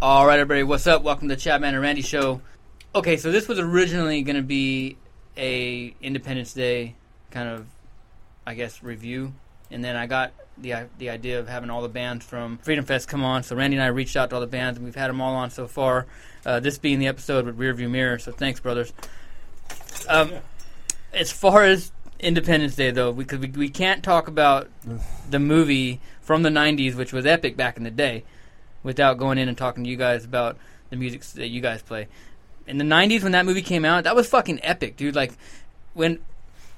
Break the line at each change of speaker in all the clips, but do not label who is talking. All right, everybody, what's up? Welcome to Chapman and Randy Show. Okay, so this was originally going to be a Independence Day kind of, I guess, review, and then I got the i- the idea of having all the bands from Freedom Fest come on. So Randy and I reached out to all the bands, and we've had them all on so far. Uh, this being the episode with Rearview Mirror, so thanks, brothers. Um, as far as Independence Day, though, because we, we can't talk about the movie from the '90s, which was epic back in the day without going in and talking to you guys about the music s- that you guys play. In the '90s, when that movie came out, that was fucking epic, dude. Like when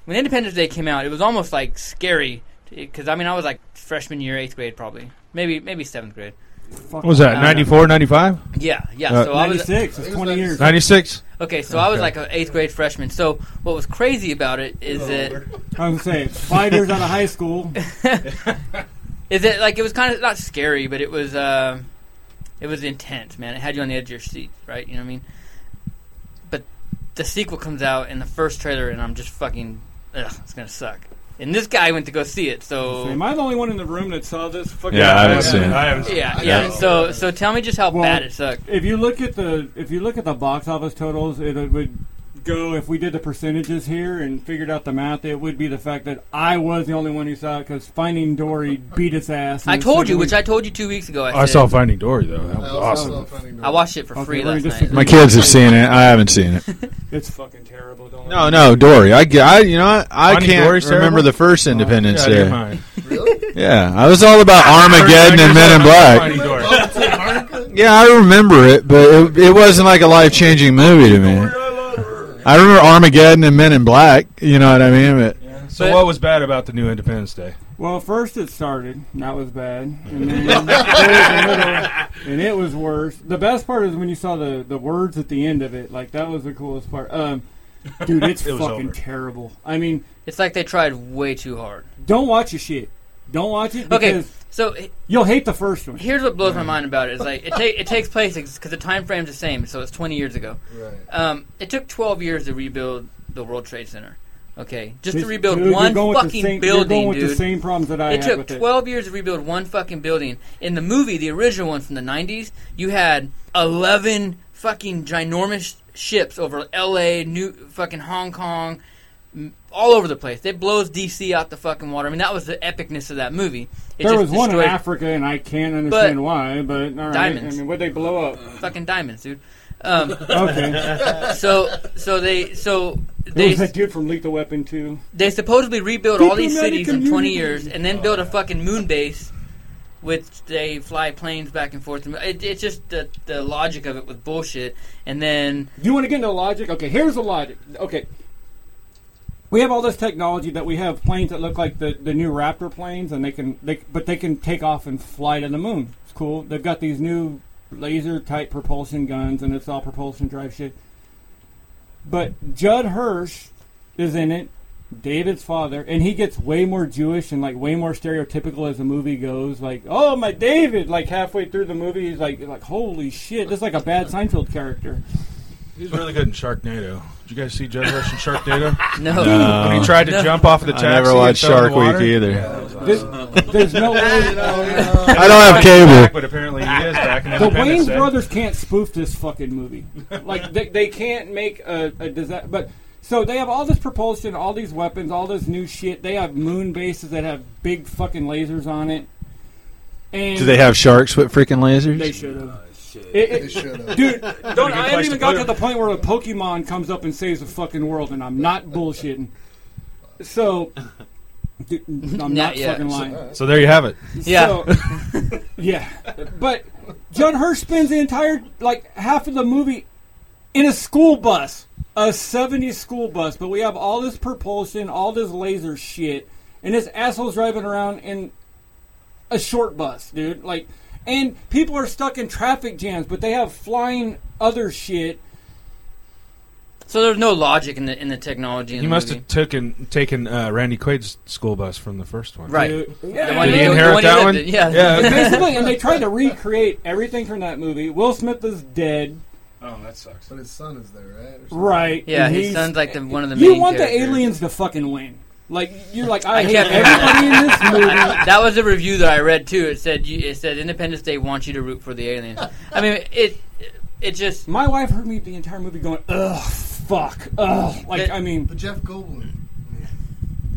when Independence Day came out, it was almost like scary because I mean I was like freshman year, eighth grade, probably maybe maybe seventh grade.
What was that?
Uh,
94, 95?
Yeah, yeah.
Uh,
so I was
96. It's 20 years.
96?
okay. So I was like an eighth grade freshman. So what was crazy about it is that
I was going to say, five years out of high school.
is that like it was kind of not scary, but it was uh, it was intense, man. It had you on the edge of your seat, right? You know what I mean? But the sequel comes out in the first trailer, and I'm just fucking, ugh, it's gonna suck. And this guy went to go see it,
Am
so
I the only one in the room that saw this? Fucking
Yeah, I haven't seen it.
yeah, yeah. So so tell me just how
Well-
bad it sucked.
If you look at the if you look at the box office totals, it, would go if we did the percentages here and figured out the math. It would be the fact that I was the only one who saw it because Finding Dory beat its ass. in
I
the
told
second
you, which
week.
I told you two weeks ago. I,
I
said.
saw Finding Dory, though. That was awesome.
I watched it for
Okay,
free
let
last
me just-
night.
My
My kids have seen it. I haven't seen it.
It's fucking terrible. Don't
No, no, Dory. I, get- I you know, what? I
Finding
can't
Dory's
remember
terrible?
the first Independence
Yeah, I didn't
Day.
mind.
Yeah, I was all about Armageddon and Men in Black.
Finding Dory.
Yeah, I remember it, but it, it wasn't like a life changing movie to me. I remember Armageddon and Men in Black. You know what I mean? But
So what was bad about the new Independence Day?
Well, first it started, and that was bad, and then there was a middle, and it was worse. The best part is when you saw the, the words at the end of it. Like that was the coolest part. Um, dude, it's
It was
fucking
over.
terrible. I mean,
It's like they tried way too hard.
don't watch your shit. Don't watch it because
Okay, so h-
you'll hate the first one.
here's what blows my mind about it is like it, ta- it takes place because the time frame's the same, so it's 20 years ago. Um, it took 12 years to rebuild the World Trade Center. Okay, just to
Dude,
rebuild
you're
one
going with the
fucking
same- You're
building,
going with
dude.
the same problems that I
it
had
took
with
12 years to rebuild one fucking building. In the movie, the original one from the 90s, you had 11 fucking ginormous ships over L.A., New fucking Hong Kong, m- all over the place. It blows D.C. out the fucking water. I mean, that was the epicness of that movie. It
it. There
just
was one in
destroyed
Africa, and I can't understand
But-
why. But all right,
Diamonds.
I mean, would they blow up?
fucking diamonds, dude. Um,
Okay,
so so they so
there
they
was that dude from Lethal Weapon too.
they supposedly rebuilt all these
Diplomatic
cities in 20
immunity.
years and then build a fucking moon base which they fly planes back and forth it, it's just the, the logic of it was bullshit and then
You want to get into logic? Okay, here's the logic. Okay. We have all this technology that we have planes that look like the, the new Raptor planes, and they can they but they can take off and fly to the moon. It's cool. They've got these new laser type propulsion guns, and it's all propulsion drive shit. But Judd Hirsch is in it, David's father, and he gets way more Jewish and like way more stereotypical as the movie goes. Like, oh my David! Like halfway through the movie, he's like like holy shit, this is like a bad Seinfeld character.
He's really good in Sharknado. Did you guys see Judge Rush in Sharknado?
no
when he tried to jump off of the taxi.
I never
and
watched
fell in
Shark
the
Week
water?
either.
There's, there's no way.
I don't have
Back,
cable.
but apparently he is back in
The
Independence
Wayne's
Day.
brothers can't spoof this fucking movie. Like they, they can't make a, a disaster. But so they have all this propulsion, all these weapons, all this new shit. They have moon bases that have big fucking lasers on it. And
Do they have sharks with freaking
They
lasers?
should have.
Oh,
It, it, dude, don't, I haven't
place
even
to
got
put
to
'em.
the point where a Pokemon comes up and saves the fucking world, and I'm not bullshitting. So, Dude, I'm
Yeah,
not
yeah.
fucking lying.
So there you have it.
Yeah.
So- yeah. But John Hurt spends the entire like half of the movie in a school bus, a '70s school bus. But we have all this propulsion, all this laser shit, and this asshole's driving around in a short bus, dude. Like, and people are stuck in traffic jams, but they have flying other shit.
So there's no logic in the in the technology. In
He
the
must
movie.
have taken taken uh, Randy Quaid's school bus from the first one.
Right.
dude.
The one
Did
he-
he
the
inherit
one he
that
lived
one?
in, Yeah.
Basically, and they tried to recreate everything from that movie. Will Smith is dead.
Oh, that sucks. But his son is there, right? Or something.
Right.
Yeah,
and
his
he's-
son's like the one of the
You
main
want the
characters.
aliens to fucking win. Like you're like I,
I
hate
can't-
everybody in this movie.
I- that was a review that I read too. It said you, it said Independence Day wants you to root for the aliens. I mean, it it just
My wife heard me the entire movie going, "Ugh, fuck, ugh." Like
It-
I mean,
But Jeff Goldblum.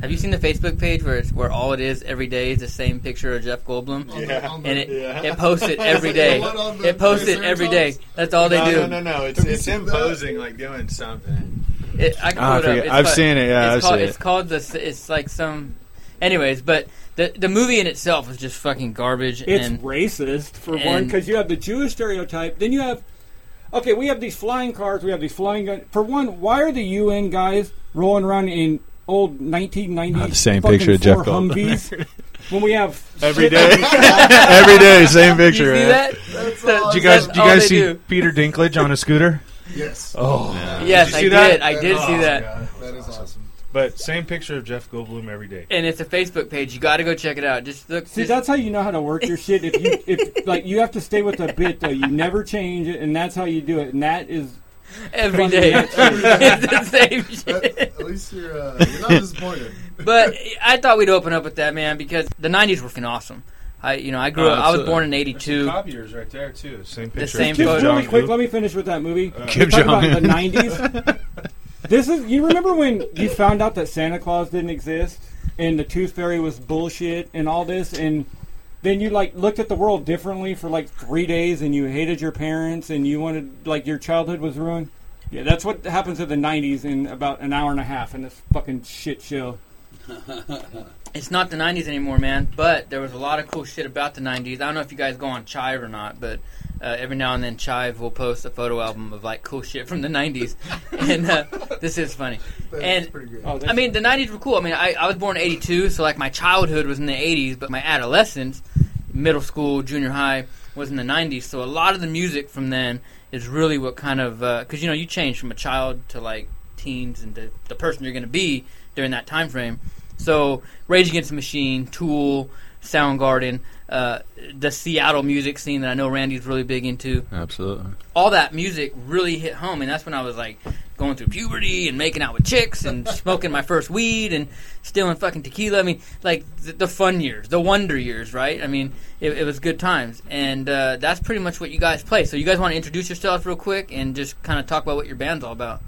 have you seen the Facebook page where it's where all it is every day is the same picture of Jeff Goldblum?
On the, on the,
And it,
Yeah.
it posts it every day.
What on the
It posts it every day.
Triceratops?
That's all they
no,
do.
no, no, no. It's,
you
it's
seen
him
that?
posing like doing something.
It, I can
Ah, I
pull it
forget-
up. It's
I've
called-
seen it,
it's
yeah, I've
called,
seen
It's
it.
called the. It's like some. Anyways, but the the movie in itself is just fucking garbage.
it's
and
racist for one, 'cause one
and-
because you have the Jewish stereotype. Then you have, okay, we have these flying cars, we have these flying guns. For one, why are the UN guys rolling around in old 1990s
I have the same
fucking
picture of Jeff
Ford
Goldblum.
Humvees when we have
Every
shit
day.
that we saw?
Every day, same
you see
picture. man.
that?
That's
That-
all
Did you
that's
guys did you
all
guys
they
see
do.
Peter Dinklage on a scooter?
Yes.
Oh,
Yes,
you
I
see
did.
that?
I did see
Oh,
that.
God, that is awesome.
but same picture of Jeff Goldblum every day.
And it's a Facebook page. You got to go check it out. Just look.
See,
just-
that's how you know how to work your shit. If you, if like, you have to stay with the bit though. You never change it, and that's how you do it. And that is
every
funny
day.
that
it's the same
But
shit.
at least you're, uh, you're not disappointed.
But I thought we'd open up with that, man, because the '90s were fucking awesome. I, you know, I grew
Oh,
up. I was
absolutely.
born in '82.
Copiers right there too. Same picture.
same photo.
just
of Kim
really
Jong-un.
quick. Let me finish with that movie.
Kim
Talk about
Jong-un.
the '90s. this is you remember when you found out that Santa Claus didn't exist and the Tooth Fairy was bullshit and all this, and then you like looked at the world differently for like three days, and you hated your parents, and you wanted like your childhood was ruined. Yeah, that's what happens in the '90s in about an hour and a half in this fucking shit show.
It's not the '90s anymore, man. But there was a lot of cool shit about the '90s. I don't know if you guys go on Chive or not, but uh, every now and then Chive will post a photo album of like cool shit from the '90s, and uh, this is funny.
That's
And
pretty good.
Oh, that's
I mean, the '90s were cool. I mean, I, I was born in '82, so like my childhood was in the '80s, but my adolescence, middle school, junior high, was in the '90s. So a lot of the music from then is really what kind of because you know you change from a child to like teens and to the person you're going to be during that time frame. So Rage Against the Machine, Tool, Soundgarden, uh, the Seattle music scene that I know Randy's really big into
Absolutely.
all that music really hit home, and that's when I was like going through puberty and making out with chicks and smoking my first weed and stealing fucking tequila. I mean, like the, the fun years, the wonder years, right? I mean, it, it was good times, and uh, that's pretty much what you guys play. So, you guys want to introduce yourselves real quick and just kind of talk about what your band's all about?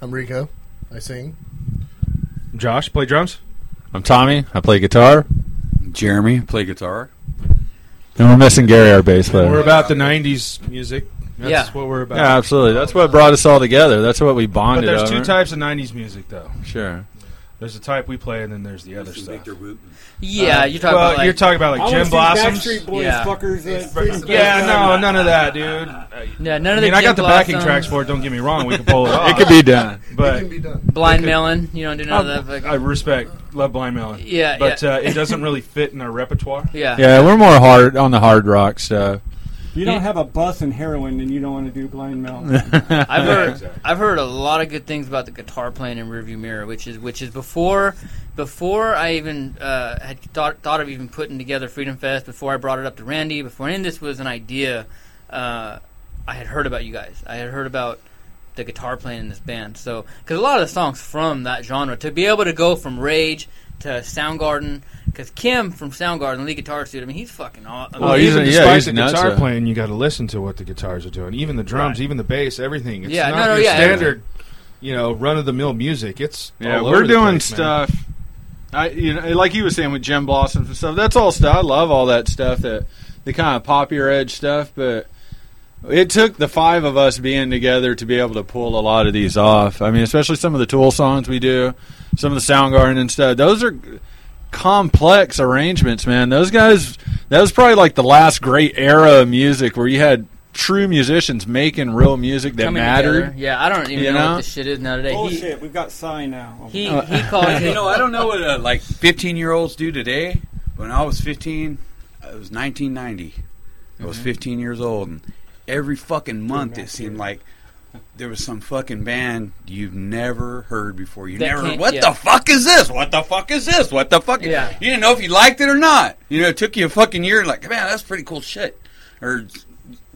I'm Rico. I sing.
Josh play drums.
I'm Tommy. I play guitar.
Jeremy, play guitar.
And we're missing Gary, our bass player.
We're about the '90s music. That's
Yeah.
what we're about.
Uh, yeah, absolutely. That's what brought us all together. That's what we
But
bonded
there's two
over.
types of '90s music, though.
Sure.
There's the type we play, and then there's the other stuff.
Victor Wooten.
Yeah,
Uh,
you're talking
well,
about like,
you're talking about
I
like
wanna
Jim
see
Blossoms.
Backstreet Boys
Yeah.
fuckers. uh,
Yeah, no, none of that, dude.
yeah, none
I
of
mean,
the
I got the
Jim
backing
Blossom,
tracks for it. Don't get me wrong; we can pull it off.
It could be done.
it can
but
be done.
Blind
Okay.
Melon. You don't do none of that.
Um, I
Like,
respect, love Blind Melon.
Yeah,
but
yeah.
Uh, it doesn't really fit in our repertoire.
yeah,
Yeah, we're more hard on the hard rock stuff.
You don't have a bus and heroin, then you don't want to do blind mel.
I've heard
exactly.
I've heard a lot of good things about the guitar playing in rearview mirror, which is which is before before I even uh, had thought thought of even putting together Freedom Fest. Before I brought it up to Randy, before any of this was an idea, uh, I had heard about you guys. I had heard about the guitar playing in this band. So because a lot of the songs from that genre, to be able to go from Rage to Soundgarden, because Kim from Soundgarden, the lead guitarist dude, I mean Oh, he's fucking aw-
Oh,
I mean,
Well, he's
even
a- yeah,
despite
he's
the
nuts,
guitar
uh,
playing, you got to listen to what the guitars are doing. Even the drums, even the bass, everything. It's
Yeah,
not
no, no,
your
yeah,
standard, you know, run of the mill music. It's
Yeah,
all
we're
over the
doing
place, man.
stuff. I, you know, like you were saying with Jim Blossoms and stuff. That's all stuff. I love all that stuff. That the kind of popular edge stuff. But it took the five of us being together to be able to pull a lot of these off. I mean, especially some of the Tool songs we do, some of the Soundgarden and stuff. Those are complex arrangements, man. Those guys, that was probably like the last great era of music where you had true musicians making real music that
Coming
mattered.
together. Yeah, I don't even
You
know,
know?
what this shit is now today.
Bullshit. We've got Psy now. Oh
He he, he calls
Oh. You
it.
know, I don't know what uh, like 15 year olds do today. When I was 15, uh, it was 1990. I was 15 years old, and every fucking month it seemed like there was some fucking band you've never heard before. You
That
never.
can't-
What
yeah.
the fuck is this? What the fuck is this? What the fuck?
Yeah.
You didn't know if you liked it or not. You know, it took you a fucking year. Like, man, that's pretty cool shit. Or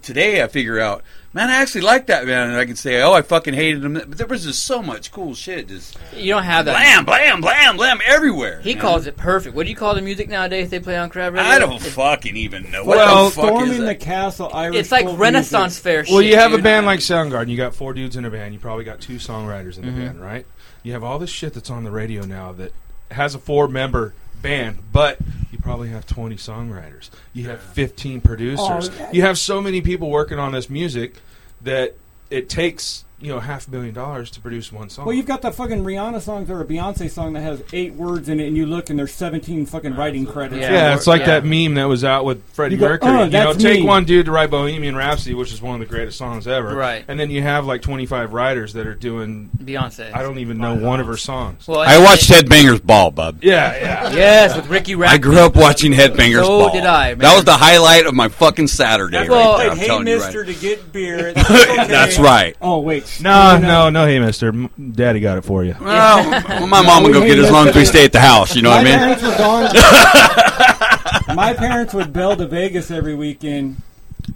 today I figure out, man, I actually like that band, and I can say, oh, I fucking hated them. But there was just so much cool shit. Just
You don't have that.
blam, blam, blam, blam everywhere.
He
man.
calls it perfect. What do you call the music nowadays they play on crab radio?
I don't
It's,
fucking even know.
Well,
what the fuck is
Storming Oh, the
that?
Castle Irish.
it's like
folk
Renaissance fair shit.
Well, you have
dude.
a band like Soundgarden. You got four dudes in a band. You probably got two songwriters in the
Mm-hmm.
band, right? You have all this shit that's on the radio now that has a four-member band, but you probably have 20 songwriters. You have 15 producers.
Oh, yeah.
You have so many people working on this music that it takes, you know, half a million dollars to produce one song.
Well, you've got the fucking Rihanna songs or a Beyonce song that has eight words in it, and you look and there's 17 fucking writing credits.
Yeah.
yeah, it's like
Yeah.
that meme that was out with Freddie
You go,
Mercury.
"Oh,
you know,
that's
take
me."
one dude to write Bohemian Rhapsody, which is one of the greatest songs ever.
Right.
And then you have like 25 writers that are doing
Beyonce.
I don't even know one of her songs.
Well,
I
and-
watched Headbangers Ball, bub.
yeah, yeah.
Yes, with Ricky Rack.
I grew up watching Headbangers
So
Ball.
did I, man.
That was the highlight of my fucking Saturday.
That's
right
Well,
well,
there,
played
I'm
Hey
telling you
Mister to
right.
get beer. It's like, okay.
That's right.
Oh wait,
No, no, no. Hey, Mister, M- Daddy got it for you.
Well, my mom would go
Hey
get us
Mister-
long as we stay at the house. You know
My
what I mean?
parents were gone. my parents would bail to Vegas every weekend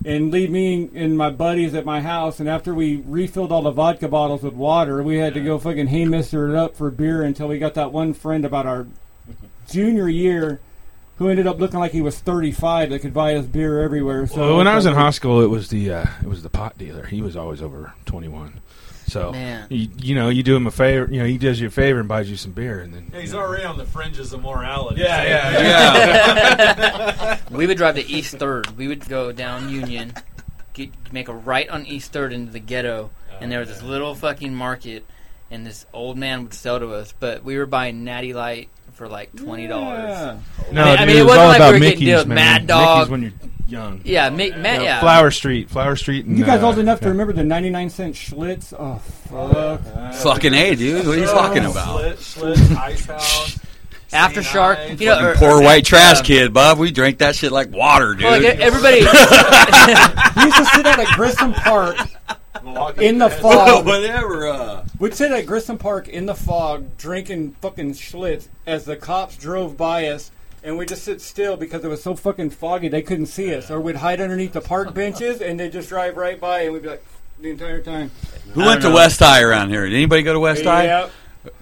and leave me and my buddies at my house. And after we refilled all the vodka bottles with water, we had to go fucking hey mister it up for beer until we got that one friend about our junior year who ended up looking like he was 35 that could buy us beer everywhere. So
Oh,
Well, when I was in high school, it was the uh, it was the pot dealer. He was always over twenty one. So
Man.
you, you know you do him a favor. You know he does you a favor and buys you some beer, and then
He's already on the fringes of morality.
yeah, yeah, yeah.
We would drive to East Third. We would go down Union, get, make a right on East Third into the ghetto, and there was this little fucking market, and this old man would sell to us. But we were buying Natty Light for like twenty dollars. Yeah,
Yeah.
No,
I mean,
dude,
it
it was
wasn't
all
like we
about
were getting
Mickey's,
deals.
man.
Mad Dog.
Mickey's when you're young.
yeah, ma- ma-
No,
yeah.
Flower Street, Flower Street. And,
You guys
uh,
old enough
yeah.
to remember the 99 cent Schlitz? Oh, fuck.
Fucking a, dude. What are you talking about?
Slit, slit, ice house.
After Shark, you know, er, or-
Poor white trash
um,
kid, Bob. We drank that shit like water, dude.
well, like, everybody.
We used to sit out at Grissom Park in the fog.
Oh, Whatever. Uh,
We'd sit at Grissom Park in the fog, drinking fucking Schlitz as the cops drove by us, and we just sit still because it was so fucking foggy they couldn't see us. Or we'd hide underneath the park benches and they'd just drive right by, and we'd be like the entire time.
who went to West High around here? Did anybody go to West High?
Yep.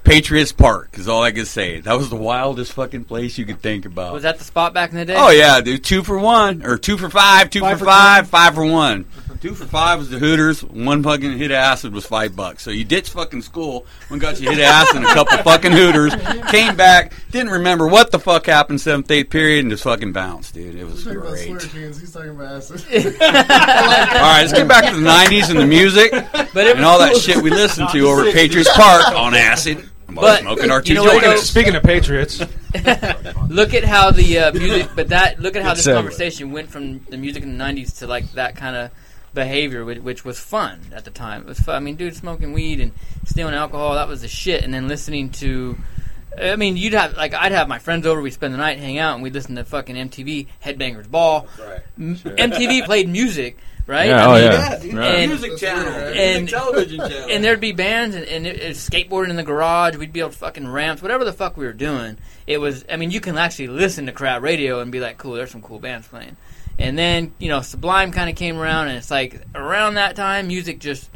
Patriots Park is all I could say. That was the wildest fucking place you could think about.
was that the spot back in the day?
Oh yeah, dude. Two for one or two for five, two
Five
for,
for
five, five for one. Two for five was the Hooters. One fucking hit of acid was five bucks. So you ditched fucking school, went and got you hit of acid and a couple fucking Hooters. Came back, didn't remember what the fuck happened seventh, eighth period, and just fucking bounced, dude. It was
He's talking about
great. All
swear jeans. He's talking about acid.
right, let's get back to the '90s and the music
but it
and all that
cool.
shit we listened to over at Patriots Park on acid. while
But-
smoking our two
you know what,
joints.
Speaking of Patriots,
Look at how the uh, music, but that look at how this
segue.
conversation went from the music in the '90s to like that kind of behavior, which, which was fun at the time. It was fun. I mean, dude, smoking weed and stealing alcohol—that was the shit. And then listening to, I mean, you'd have like I'd have my friends over, we'd spend the night, hang out, and we'd listen to fucking MTV Headbangers Ball. M- MTV played music, right?
Yeah,
I
oh,
mean,
yeah.
And-
music channel,
and-
music television channel,
and there'd be bands and, and it, it, skateboarding in the garage. We'd build fucking ramps, whatever the fuck we were doing. It was, I mean, you can actually listen to crowd radio and be like, cool, there's some cool bands playing. And then you know, Sublime kind of came around, and it's like around that time, music just.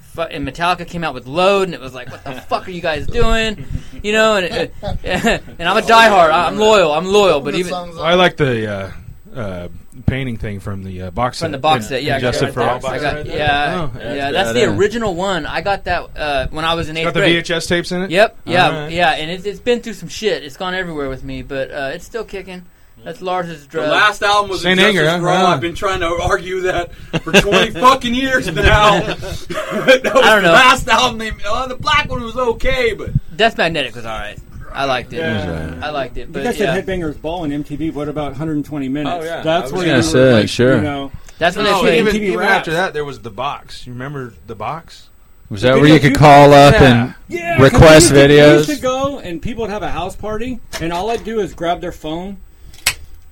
fu- And Metallica came out with Load, and it was like, "What the fuck are you guys doing?" You know, and it, and I'm a diehard. I- I'm loyal. I'm loyal, but
The
even
songs
I like the uh, uh, painting thing from the uh, box set.
From the box set, yeah, I got
Justin
it
for
right
all
there. I
box
got-
set.
yeah,
Oh,
yeah, that's the
badass.
original one. I got that uh, when I was in eighth
Got the
grade.
VHS tapes in it.
Yep, yeah,
Alright.
yeah, and it, it's been through some shit. It's gone everywhere with me, but uh, it's still kicking. That's Lars's
The
drug.
last album was
Saint
Saint Injustice
Anger, huh?
Grow.
Yeah.
I've been trying to argue that for 20 fucking years now. that was
I don't
the
know.
last album they oh, the black one was okay, but
Death Magnetic was all right. I liked it.
Yeah.
I liked it.
You
But
guys
yeah,
said Headbangers Ball and MTV. What about 120 minutes?
Oh, yeah.
That's
I was
where
gonna
you
say,
were like,
sure.
You know,
that's
Oh,
when
No,
they
it
played.
was-
even,
MTV
even
Raps.
after that, there was the box. You remember the box?
Was that
The
where you
video
could
you-
call up
Yeah.
and
yeah, 'cause
request
we used to- we used
videos.
to go and people would have a house party, and all I'd do is grab their phone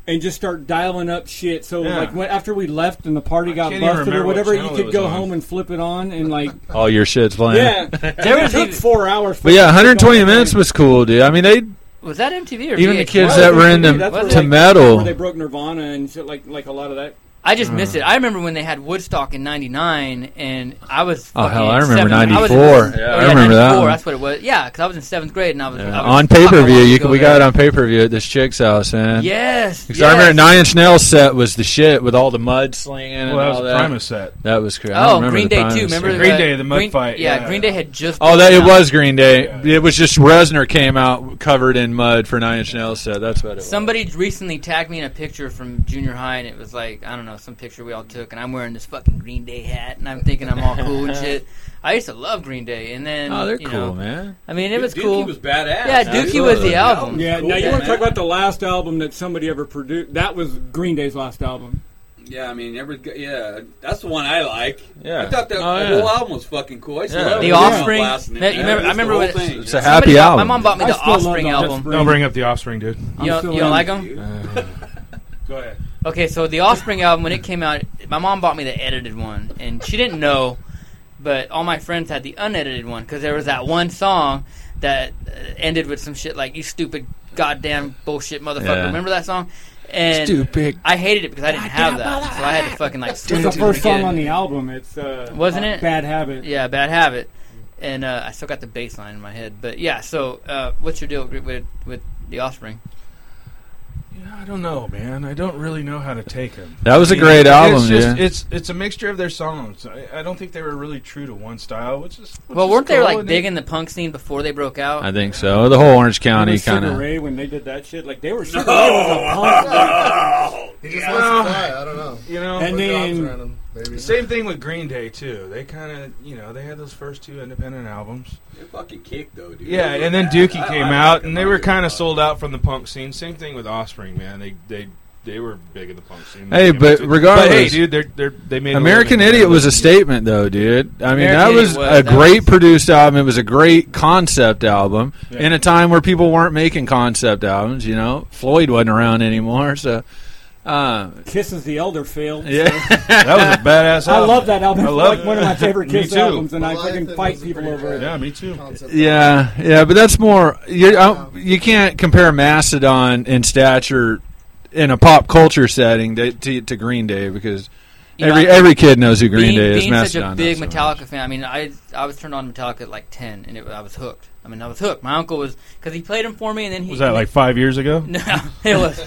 and just start dialing up shit. So
Yeah.
like when, after we left and the party got
can't even
busted or
remember what
whatever, you
channel it
could
was
go
on.
home and flip it on and like
all your shit's playing?
yeah, there
was
took
even-
four hours. for
But yeah,
us to go
120
and-
minutes was cool, dude. I mean, they
Was that MTV or
even the
VH1?
kids
Well,
that were into
that's where,
to
like,
metal.
Where they broke Nirvana and shit like like a lot of that.
I just
Uh.
missed it. I remember when they had Woodstock in '99, and I was.
Oh, hell,
fucking
I remember
seventh- was in-
94. Yeah,
oh,
I remember that
94,
one.
That's what it was. Yeah, because I was in seventh grade, and I was,
Yeah.
I was
on pay
fucking
per view.
wanting to
You
go
can, we got it
there.
on pay per view at this chick's house, man.
Yes,
Because I remember
yes.
Nine Inch Nails set was the shit with all the mud slinging and
Well, that was
all
the
that.
Primus set.
That was crazy. I
Oh,
remember
Green
the
Day
Primus
too. Remember
set.
Green
the-
Day, the mud
Green-
fight,
Yeah,
yeah.
Green Day had just.
Oh, that
broken
it
up.
was Green Day. It was just Resner came out covered in mud for Nine Inch Nails set. That's what it was.
Somebody recently tagged me in a picture from junior high, and it was like I don't know some picture we all took, and I'm wearing this fucking Green Day hat, and I'm thinking I'm all cool and shit. I used to love Green Day, and then
Oh, they're
you
cool,
know,
man.
I mean, it was
Dookie
cool.
was badass.
Yeah, Dookie was the album.
Yeah,
Cool.
now you want
man.
to talk about the last album that somebody ever produced? That was Green Day's last album.
Yeah, I mean, every yeah, that's the one I like.
Yeah.
I thought that
Oh,
the
yeah.
whole album was fucking cool. I used to
Yeah.
love
The
it.
Offspring.
Yeah, blasting it,
Man, you
man.
remember- I
It's the
remember
whole
when it-
thing.
It's a
Yeah.
happy
Somebody bought-
album.
My mom bought me
I
the
still love
Offspring
that.
album.
Don't bring up the offspring, dude.
I'm
You don't,
still
you don't
in.
like them?
Go ahead.
Okay, so the Offspring album when it came out, my mom bought me the edited one, and she didn't know, but all my friends had the unedited one because there was that one song that uh, ended with some shit like "You stupid goddamn bullshit motherfucker."
Yeah.
Remember that song? And I hated it because I didn't have that, so I had to fucking like
It was
switch
the
to
first
again.
song on the album. It's uh,
Wasn't it?
Bad Habit.
Yeah, bad habit. And uh, I still got the bass line in my head, but yeah. So, uh, what's your deal with with the Offspring?
Yeah, I don't know, man. I don't really know how to take them.
That was a great album,
it's just,
dude.
It's it's a mixture of their songs. I, I don't think they were really true to one style, which is which
Well,
is
weren't they
cool,
like
and
big in the punk scene before they broke out?
I think so. The whole Orange
Remember
County
Sugar
kind of.
Ray when they did that shit? Like they were Sugar Ray was a punk.
He just wants to fly. I don't know.
You know,
And
Put your arms
then-
around him, baby.
same thing with Green Day too. They kind of you know they had those first two independent albums.
It fucking kicked though, dude.
Yeah, and then
I-
Dookie
I
came
like
out,
it.
and
I
they were
like it a
kind of
lot.
sold out from the punk scene. Same thing with Offspring, man. They they they were big in the punk scene.
Hey,
They came
but
out too.
regardless-
hey, dude, they're, they're, they made a
American
living.
Idiot was a statement, though, dude. I mean,
American
that
Idiot
was
was-
a
that
great
was-
produced album. It was a great concept album in a time where people weren't making concept albums. You know, Floyd wasn't around anymore, so. Uh,
Kisses the Elder failed.
yeah,
that was a badass.
I love that album.
I
I
love
like one of my favorite
Me
Kiss
too.
albums, and I
Well, I
fucking
think
fight
it's a
people
pretty
over it.
Yeah, me too.
Concept.
yeah, yeah. But that's more. You uh, you can't compare Mastodon in stature in a pop culture setting to, to, to Green Day because
You
every
know,
every kid knows who Green
being,
Day is.
being such a
Mastodon,
big
not so much.
Metallica fan, I mean, I I was turned on Metallica at like ten, and it, I was hooked. I mean, I was hooked. My uncle was because he played him for me, and then he
Was that like five years ago?
No, it was.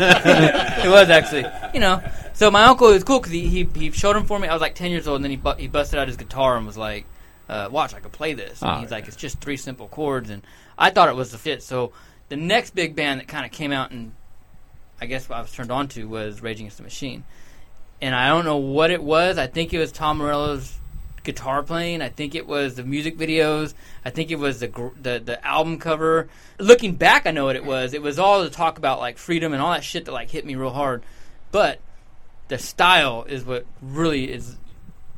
it was actually. You know, so my uncle was cool because he, he he showed him for me. I was like ten years old, and then he bu- he busted out his guitar and was like, uh, "Watch, I could play this." And
Oh,
he's like, "It's just three simple chords," and I thought it was the fit. So the next big band that kind of came out and I guess what I was turned on to was Rage Against the Machine, and I don't know what it was. I think it was Tom Morello's guitar playing. I think it was the music videos. I think it was the gr- the the album cover. Looking back, I know what it was. It was all the talk about like freedom and all that shit that like hit me real hard. But the style is what really is.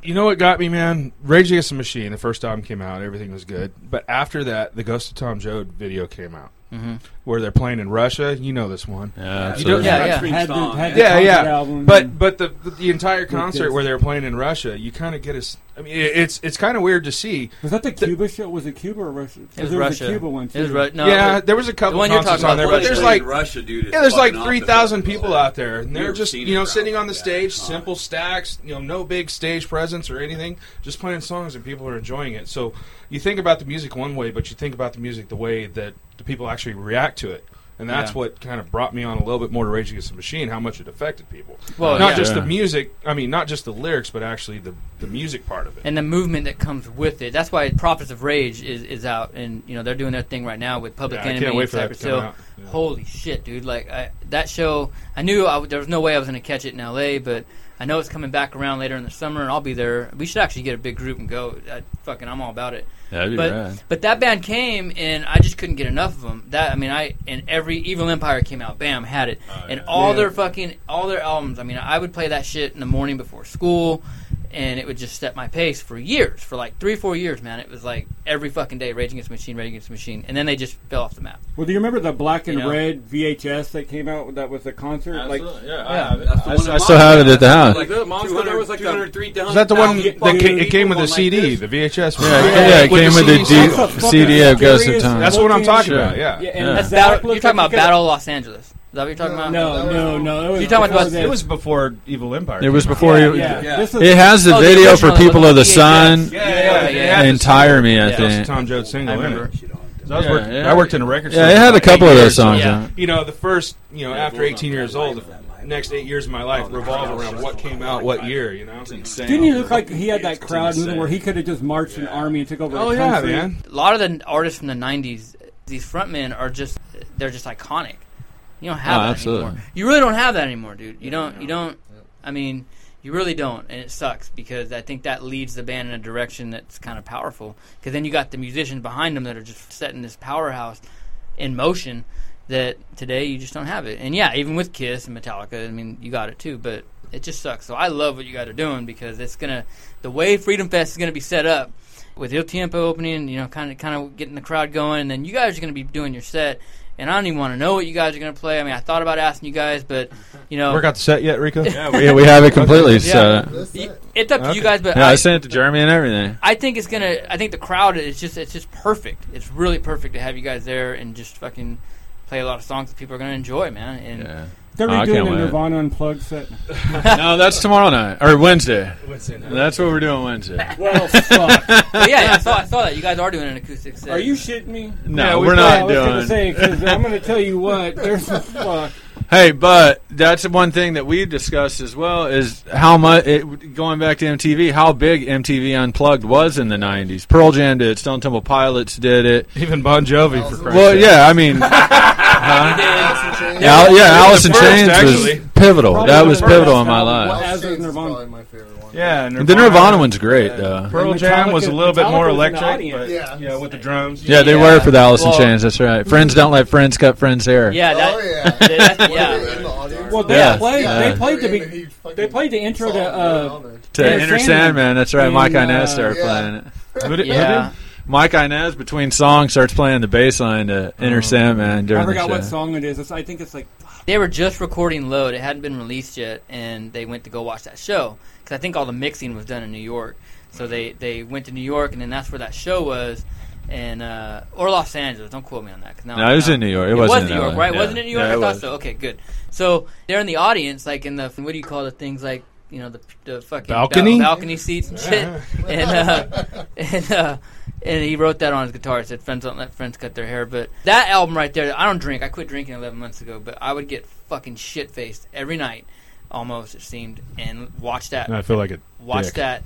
You know what got me, man? Rage Against the Machine. The first album came out, everything was good. But after that, the Ghost of Tom Joad video came out,
Mm-hmm.
where they're playing in Russia. You know this one.
Yeah,
You don't-
absolutely.
Yeah,
Country
Had the,
song,
had the
yeah.
yeah,
concert
yeah.
Album
But but the the entire concert
this.
where they were playing in Russia, you kind of get a. s- I mean, it, it's it's kind of weird to see.
was that the Cuba show? Was it Cuba or Russia? 'Cause
It was
there
Russia.
Was a Cuba one.
It was
too.
Ru- no,
yeah,
it-
there was a couple
one you're
concerts
talking
on there,
about,
but
the
there's
one
like
Russia, dude. is
yeah, there's like
fucking off
three
the
thousand
hook.
people out there, and they're
Never
just
seen
you know
it,
sitting on the
probably.
stage,
Huh.
simple stacks, you know, no big stage presence or anything, just playing songs, and people are enjoying it. So you think about the music one way, but you think about the music the way that the people actually react to it. And that's
Yeah.
what kind of brought me on a little bit more to Rage Against the Machine, how much it affected people.
Well,
not
yeah.
just
Yeah.
the music, I mean, not just the lyrics, but actually the, the music part of it.
and the movement that comes with it. That's why Prophets of Rage is, is out, and you know they're doing their thing right now with Public
Yeah, I can't
Enemy
wait
and
for that to
Cypress
come
Hill.
out. Yeah.
Holy shit, dude! Like I, that show, I knew I w there was no way I was going to catch it in L.A., but I know it's coming back around later in the summer, and I'll be there. We should actually get a big group and go. I, fucking, I'm all about it.
That'd be
but
rad.
but that band came, and I just couldn't get enough of them. That I mean, I and every Evil Empire came out, bam, had it, and all
Yeah.
their fucking all their albums. I mean, I would play that shit in the morning before school, and it would just set my pace for years, for like three, four years, man. It was like every fucking day, Rage Against the Machine, Rage Against the Machine, and then they just fell off the map.
Well, do you remember the black and
You know?
red VHS that came out? That was the concert. Like,
Absolutely. yeah, I
yeah,
have it.
That's the
I
one
s-
in
I still have it at the house.
Like, look, Monster, there was like 203
Is that the one that ca- it came with the CD, the VHS?
Yeah, it- yeah, it came with the
CD.
D- CD of Ghost of
That's
Time.
a
That's what I'm talking
Sure.
about. Yeah.
yeah, and
Yeah.
That's
Zach
battle,
looked
you're talking
like
about
he could-
Battle of Los Angeles. Is that what you're talking about?
That
No,
was-
no, no. it
You're talking about-
was before
It
that.
was before Evil Empire.
It was
came out.
before you.
Yeah,
Yeah.
This is,
It has the
Oh, the
video for
original,
People
the
of the
VHS.
Sun
Yeah, yeah, yeah.
and Tire Me, I
Yeah.
That's the
think.
Tom Joad
I
single,
remember.
innit? So I, was working,
yeah.
I worked in a record store.
Yeah, it
for
had a
about
couple
eight
of
years.
those songs
yeah.
on it.
You know, the first, you know, after
Bulldog
18 years
Cat
old,
Life.
the next eight years of my life revolve around what came out, what year, you know?
Didn't he look like he had that crowd movement where he could have just marched an army and took over?
Oh,
the
yeah,
country?
man.
A lot of the artists from the '90s, these frontmen are just they're just iconic. You don't have
Oh,
that
absolutely.
anymore. You really don't have that anymore, dude. You don't. You don't. I mean, you really don't, and it sucks because I think that leads the band in a direction that's kind of powerful. Because then you got the musicians behind them that are just setting this powerhouse in motion. That today you just don't have it. And yeah, even with Kiss and Metallica, I mean, you got it too. But it just sucks. So I love what you guys are doing because it's gonna the way Freedom Fest is gonna be set up with Il Tiempo opening, you know, kind of kind of getting the crowd going, and then you guys are going to be doing your set. And I don't even want to know what you guys are going to play. I mean, I thought about asking you guys, but you know,
Work out the set yet, Rico? Yeah,
Yeah, we have it completely set up.
That's
y-
it.
it's up to you
Okay.
guys. But
Yeah,
I,
I sent it to Jeremy and everything.
I think it's gonna. I think the crowd is just it's just perfect. It's really perfect to have you guys there and just fucking play a lot of songs that people are going to enjoy, man. And
Yeah.
They're
Oh, I
redoing
can't
the
wait.
Nirvana unplugged set.
No, that's tomorrow night or Wednesday.
Wednesday night.
That's what we're doing Wednesday.
Well, fuck.
but yeah, I saw I saw that you guys are doing an acoustic set.
Are you shitting me?
No,
Yeah, we
we're
I
not
was gonna
doing.
say because I'm gonna tell you what. There's some fuck.
Hey, but that's one thing that we've discussed as well is how much it, going back to MTV, how big MTV Unplugged was in the '90s. Pearl Jam did it, Stone Temple Pilots did it.
Even Bon Jovi for Christ's
Well,
sake.
yeah, I mean, Al-
Ah.
Alice in Chains.
yeah,
was
Alice
the
in
first,
Chains
actually.
was pivotal.
Probably
that
the
was
first
pivotal in my
album.
life.
Wow. As
Alice in
is
Chains is
Nirvana.
probably my favorite one.
Yeah,
The Nirvana one's great, though.
Pearl
And
Jam
Metallica-
was a little bit
Metallica
more
was in the
electric.
audience.
but-
Yeah.
yeah, with the drums.
Yeah, they
Yeah.
were for the Alice in
Well-
Chains. That's right. Friends don't let friends cut friends hair.
Yeah, that,
Oh yeah.
that-
Were they
yeah.
in the audience?
Well, they
Yeah.
played.
Yeah.
They played the.
They
Be- they played the intro to. Uh,
to
Yeah,
Inner
Sandman.
Sandman. That's right.
And,
Mike
uh,
Inez started
yeah.
playing it.
Who did- who
Yeah.
did?
Mike Inez between songs starts playing the bass line to
Oh.
Inner Sandman during
I forgot
the show.
what song it is. It's, I think it's like.
They were just recording Load. It hadn't been released yet, and they went to go watch that show because I think all the mixing was done in New York. So they they went to New York, and then that's where that show was, and uh, or Los Angeles. Don't quote me on that. 'cause now
No,
I'm
it was
not-
in New York. It,
It, was
wasn't
New
in
York,
LA.
right?
Yeah.
Wasn't it New York?
Yeah,
I
it
thought
was.
so. Okay, good. So they're in the audience, like in the what do you call the things like you know the, the fucking bal-
Balcony?
balcony seats and shit, and uh, and uh, and he wrote that on his guitar. It said "Friends don't let friends cut their hair." But that album right there, I don't drink. I quit drinking eleven months ago, but I would get fucking shit faced every night, almost it seemed, and watch that,
I feel like it.
watch
dick.
that.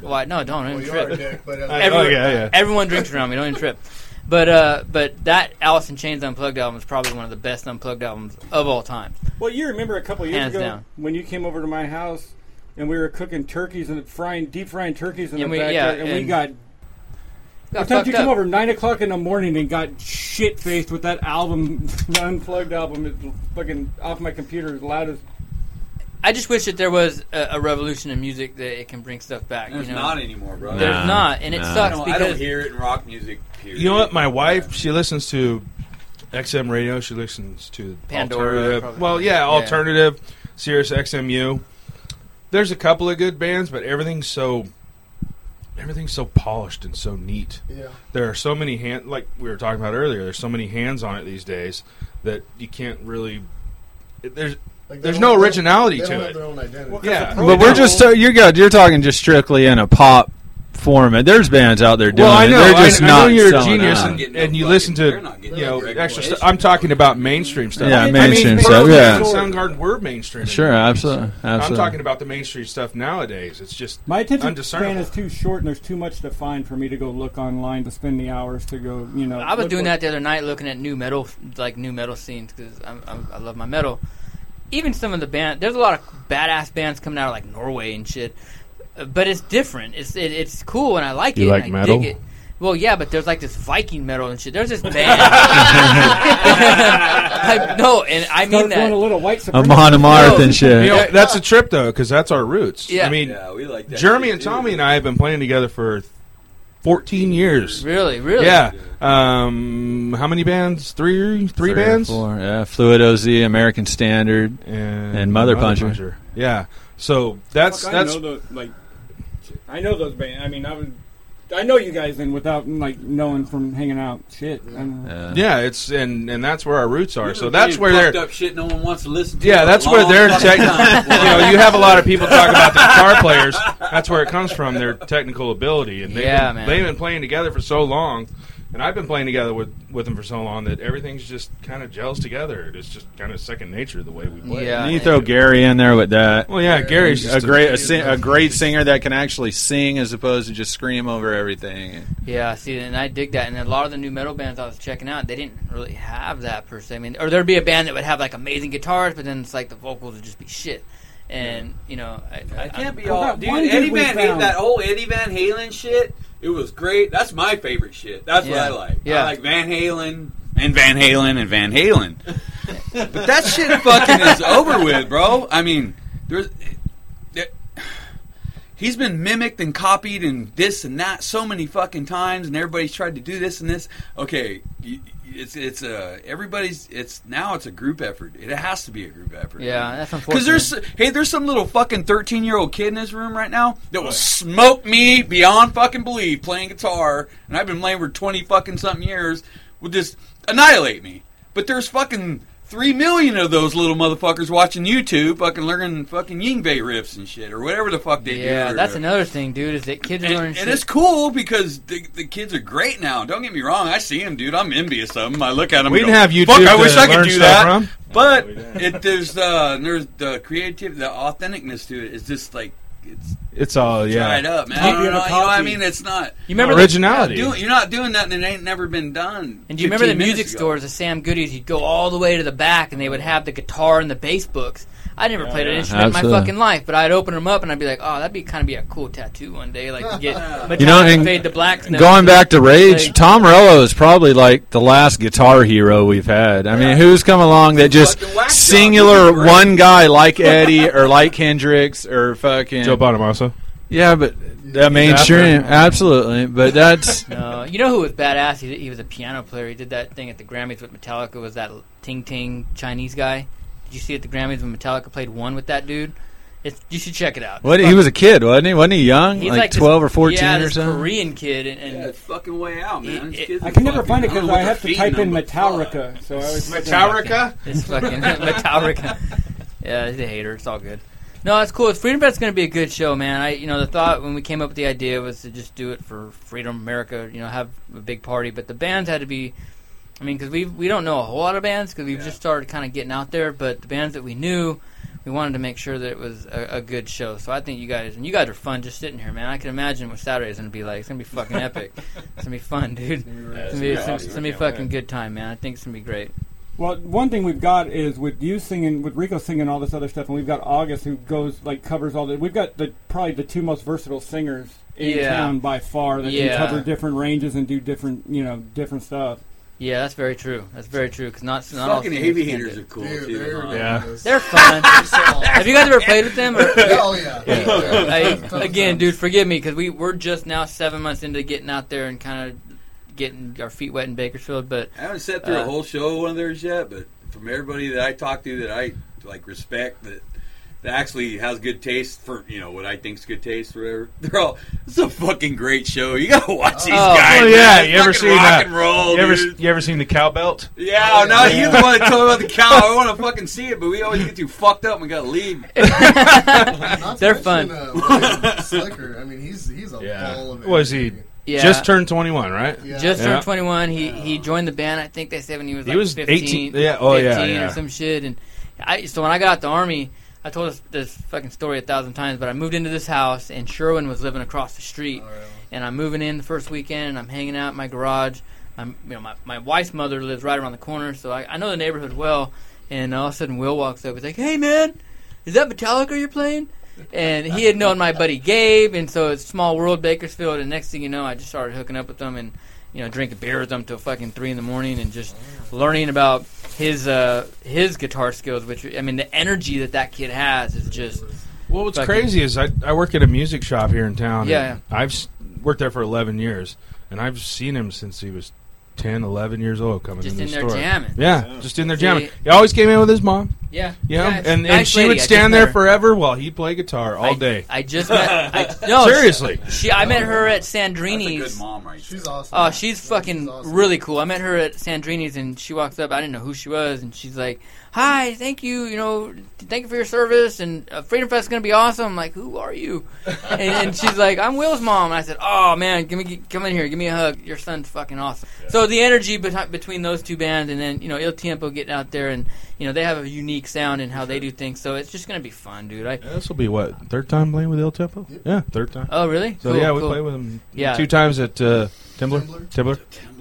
Why? No, don't even
Well, you
trip.
are a dick, but uh,
Everyone,
Oh, yeah, yeah.
everyone drinks around me. Don't even trip. But uh, but that Alice in Chains unplugged album is probably one of the best unplugged albums of all time.
Well, you remember a couple years
Hands
ago
down.
when you came over to my house and we were cooking turkeys and frying deep frying turkeys in
And
the
we-
backyard,
yeah,
and, we
and-
got.
Got
What time did you
fucked
come
up.
over? Nine o'clock in the morning and got shit faced with that album, the unplugged album, it's fucking off my computer as loud as.
I just wish that there was a, a revolution in music that it can bring stuff back.
There's
you know?
not anymore, bro.
There's
Nah,
not, and it
nah.
I
sucks
don't, I
because
don't hear it in rock music. Period.
You know what? My wife, she listens to XM radio. She listens to
Pandora,
Alternative.
probably.
Well, yeah,
Yeah.
alternative, Sirius XMU. There's a couple of good bands, but everything's so everything's so polished and so neat.
yeah.
There are so many hand like we were talking about earlier. There's so many hands on it these days that you can't really. it- There's
Like, they
there's
don't-
no
they don't-
originality
they don't
to
have
it.
their own identity.
Yeah,
But we're just so you got you're talking just strictly in a pop format. There's bands out there doing
Well, I know.
it. They're
I-
just
I,
not
know you're a
selling
genius,
out.
and,
Getting
and
no
you
fucking-
listen
they're
to
not getting
you
no
know
regulation.
extra stuff. I'm talking about mainstream stuff.
Yeah,
I mean,
mainstream
Pearl
stuff,
Jam
yeah.
and Soundgarden were mainstream.
Sure, absolutely,
I'm
absolutely.
talking about the mainstream stuff nowadays. It's just
My attention span
undiscernible.
is too short, and there's too much to find for me to go look online to spend the hours to go. You know,
I was
look
doing
for-
that the other night, looking at new metal, like new metal scenes, because I love my metal. even some of the band. There's a lot of badass bands coming out of like Norway and shit, Uh, but it's different. It's it, it's cool and I like
You
it.
like
and I
metal?
dig it. Well, yeah, but there's like this Viking metal and shit. There's this band. I, no, and I mean
Start
that.
going a little white
Amon Amarth and shit.
You know, that's a trip though, because that's our roots.
Yeah.
I mean,
Yeah, we like that
Jeremy
shit,
and
too.
Tommy and I have been playing together for 14 years.
Really, really?
Yeah. Um, how many bands? Three, three
or
bands.
four, yeah, Fluid OZ, American Standard,
and,
and Mother,
Mother
Puncher.
Puncher. Yeah. So that's
Fuck,
that's
I know those, like I know those bands. I mean, I would. I know you guys, and without like knowing from hanging out, shit. I don't know.
yeah. It's and and that's where our roots are.
You've
So
been
that's
playing
where they're.
fucked up shit no one wants to listen to.
Yeah,
for
that's
a
where
long
their
fucking
tech. you
time.
know, you have a lot of people talk about the guitar players. That's where it comes from, their technical ability, and they've,
Yeah,
been,
man.
they've been playing together for so long, and I've been playing together with with them for so long that everything's just kind of gels together. It's just kind of second nature the way we play.
And you throw Gary in there with that.
Well, yeah, Gary's
a
just a-
great a, sing, a great singer that can actually sing as opposed to just scream over everything.
Yeah, see, and I dig that. And a lot of the new metal bands I was checking out, they didn't really have that per se. I mean, or there'd be a band that would have like amazing guitars, but then it's like the vocals would just be shit. And you know, I, I,
Can't be
I'm-
all, dude. Eddie Van Halen, that whole Eddie Van Halen shit. It was great. That's my favorite shit. That's what
Yeah.
I like.
Yeah.
I like Van Halen.
and Van Halen and Van Halen.
but
that shit fucking is over with, bro. I mean, there's. There, he's been mimicked and copied and this and that so many fucking times, and everybody's tried to do this and this. Okay, y- it's it's a everybody's. It's now it's a group effort. It has to be a group effort.
Yeah, that's
Because there's hey, there's some little fucking thirteen year old kid in this room right now that will smoke me beyond fucking belief playing guitar, and I've been playing for twenty fucking something years. Will just annihilate me. But there's fucking three million of those little motherfuckers watching YouTube, fucking learning fucking Yingbe riffs and shit or whatever the fuck they do.
yeah,
or-
that's another thing, dude. Is that kids are learning shit?
and it's cool because the, the kids are great now. Don't get me wrong. I see them, dude. I'm envious of them. I look at them.
We
and
didn't
go,
have YouTube
Fuck, I
to
wish I
learn
could do
stuff
that.
from.
Oh,
But it, there's uh, there's the creativity, the authenticness to it. It's just like it's
It's all yeah.
dried up, man.
Copy
You know, you know
and a
what I
copy.
mean? It's not
You remember the- Originality.
You're not doing, you're not doing that, and it ain't never been done.
And do you remember the
15 minutes
music
ago.
stores, the Sam Goody's? You'd go all the way to the back, and they would have the guitar and the bass books. I never played an
yeah.
instrument in my
Absolutely.
fucking life, but I'd open them up and I'd be like, "Oh, that'd be kind of be a cool tattoo one day." Like to get,
You know,
Metallica
and
fade to black. notes.
Going back to Rage,
Like-
Tom Morello is probably like the last guitar hero we've had. I mean, who's come along that just singular one guy like Eddie or like Hendrix or fucking
Joe Bonamassa.
Yeah, but that mainstream, absolutely. But that's
No, you know who was badass? He, he was a piano player. He did that thing at the Grammys with Metallica. Was that Ting Ting Chinese guy? Did you see at the Grammys when Metallica played one with that dude? It's, you should check it out.
what he was a kid, wasn't he? Wasn't he young?
He's
like,
this-
twelve or fourteen
yeah,
or
this
something.
Korean kid, and, and
fucking way out, man. These kids
I
are
can never
fucking-
find it
don't
because
know what
I have
they're
to type
feeding
in
them,
Metallica. So I always
It's fucking Metallica. Yeah, he's a hater. It's all good. No, it's cool. It's Freedom Fest going to be a good show, man. I, you know, the thought when we came up with the idea was to just do it for Freedom America. You know, have a big party, but the bands had to be. I mean, because we we don't know a whole lot of bands because we've just started kind of getting out there. But the bands that we knew, we wanted to make sure that it was a, a good show. So I think you guys and you guys are fun just sitting here, man. I can imagine what Saturday's going to be like. It's going to be fucking epic. it's going to be fun, dude. It's going to be, it's gonna- it's gonna be a fucking good time, man. I think it's going to be great.
Well, one thing we've got is with you singing, with Rico singing all this other stuff, and we've got August who goes like covers all the. We've got the probably the two most versatile singers in
Yeah.
town by far that
Yeah.
can cover different ranges and do different, you know, different stuff.
Yeah, that's very true. That's very true. Cause not, not
Fucking
all singers
heavy
can
hitters
do-
are cool, Dude, too, they're huh? ridiculous.
they're fun. Have you guys ever played with them? Or?
Oh, yeah.
I- again, dude, forgive me because we we're just now seven months into getting out there and kind of getting our feet wet in Bakersfield. But
I haven't sat through
uh,
a whole show of one of theirs yet, but from everybody that I talk to that I like respect that that actually has good taste for you know what I think's good taste or whatever. They're all it's a fucking great show. You gotta watch these
Oh.
guys.
Oh, yeah,
man.
you ever
Fucking
seen
rock
that?
and roll?
Oh,
You ever
dude.
you ever seen the cow belt?
Yeah, oh, now you the one that told me about the cow. I want to fucking see it, but we always get too fucked up and we gotta leave.
Not to
They're
mention,
fun.
Uh, William Slicker. I mean, he's he's a ball of
Was he
Yeah.
just turned twenty one? Right.
Just
Yeah.
turned 21. He he joined the band. I think they said when he was
He
like
was
15,
18 yeah, oh, yeah,
15
yeah.
or some shit. And I so when I got out the army, I told this, this fucking story a thousand times. But I moved into this house, and Sherwin was living across the street. And I'm moving in the first weekend, and I'm hanging out in my garage. I'm you know my my wife's mother lives right around the corner, so I, I know the neighborhood well. and all of a sudden Will walks up. He's like, "Hey, man, is that Metallica you're playing?" And he had known my buddy Gabe, and so it's small world Bakersfield. And next thing you know, I just started hooking up with them and you know drinking beer with them till fucking three in the morning, and just learning about his uh, his guitar skills. Which I mean, the energy that that kid has is just
well, what's
fucking-
crazy is I, I work at a music shop here in town. and
Yeah,
I've s- worked there for 11 years, and I've seen him since he was 10, 11 years old coming
Just
in the
in there
store.
jamming.
Yeah,
Yeah.
just in there
See-
jamming. He always came in with his mom.
Yeah.
You know,
Nice-
and, and
nice
she
lady. I
would
just
stand
met
there
her.
forever while he'd play guitar all
I-
day.
I just met. I, no,
Seriously.
she, I met her at Sandrini's.
mom, right?
She's awesome.
Oh, she's fucking really cool. I met her at Sandrini's, and she walks up. I didn't know who she was, and she's like, "Hi, thank you. You know, thank you for your service. And uh, Freedom Fest is gonna be awesome." I'm like, "Who are you?" and, and she's like, "I'm Will's mom." And I said, "Oh man, give me come in here, give me a hug. Your son's fucking awesome." So the energy beti- between those two bands, and then you know Il Tiempo getting out there, and you know they have a unique sound and how they do things. So it's just gonna be fun, dude. I,
This will be what third time playing with El Tempo. Yeah, third time.
Oh, really?
So
Cool,
yeah, we
cool.
play with him.
Yeah.
two times at uh, Timbler. Timbler.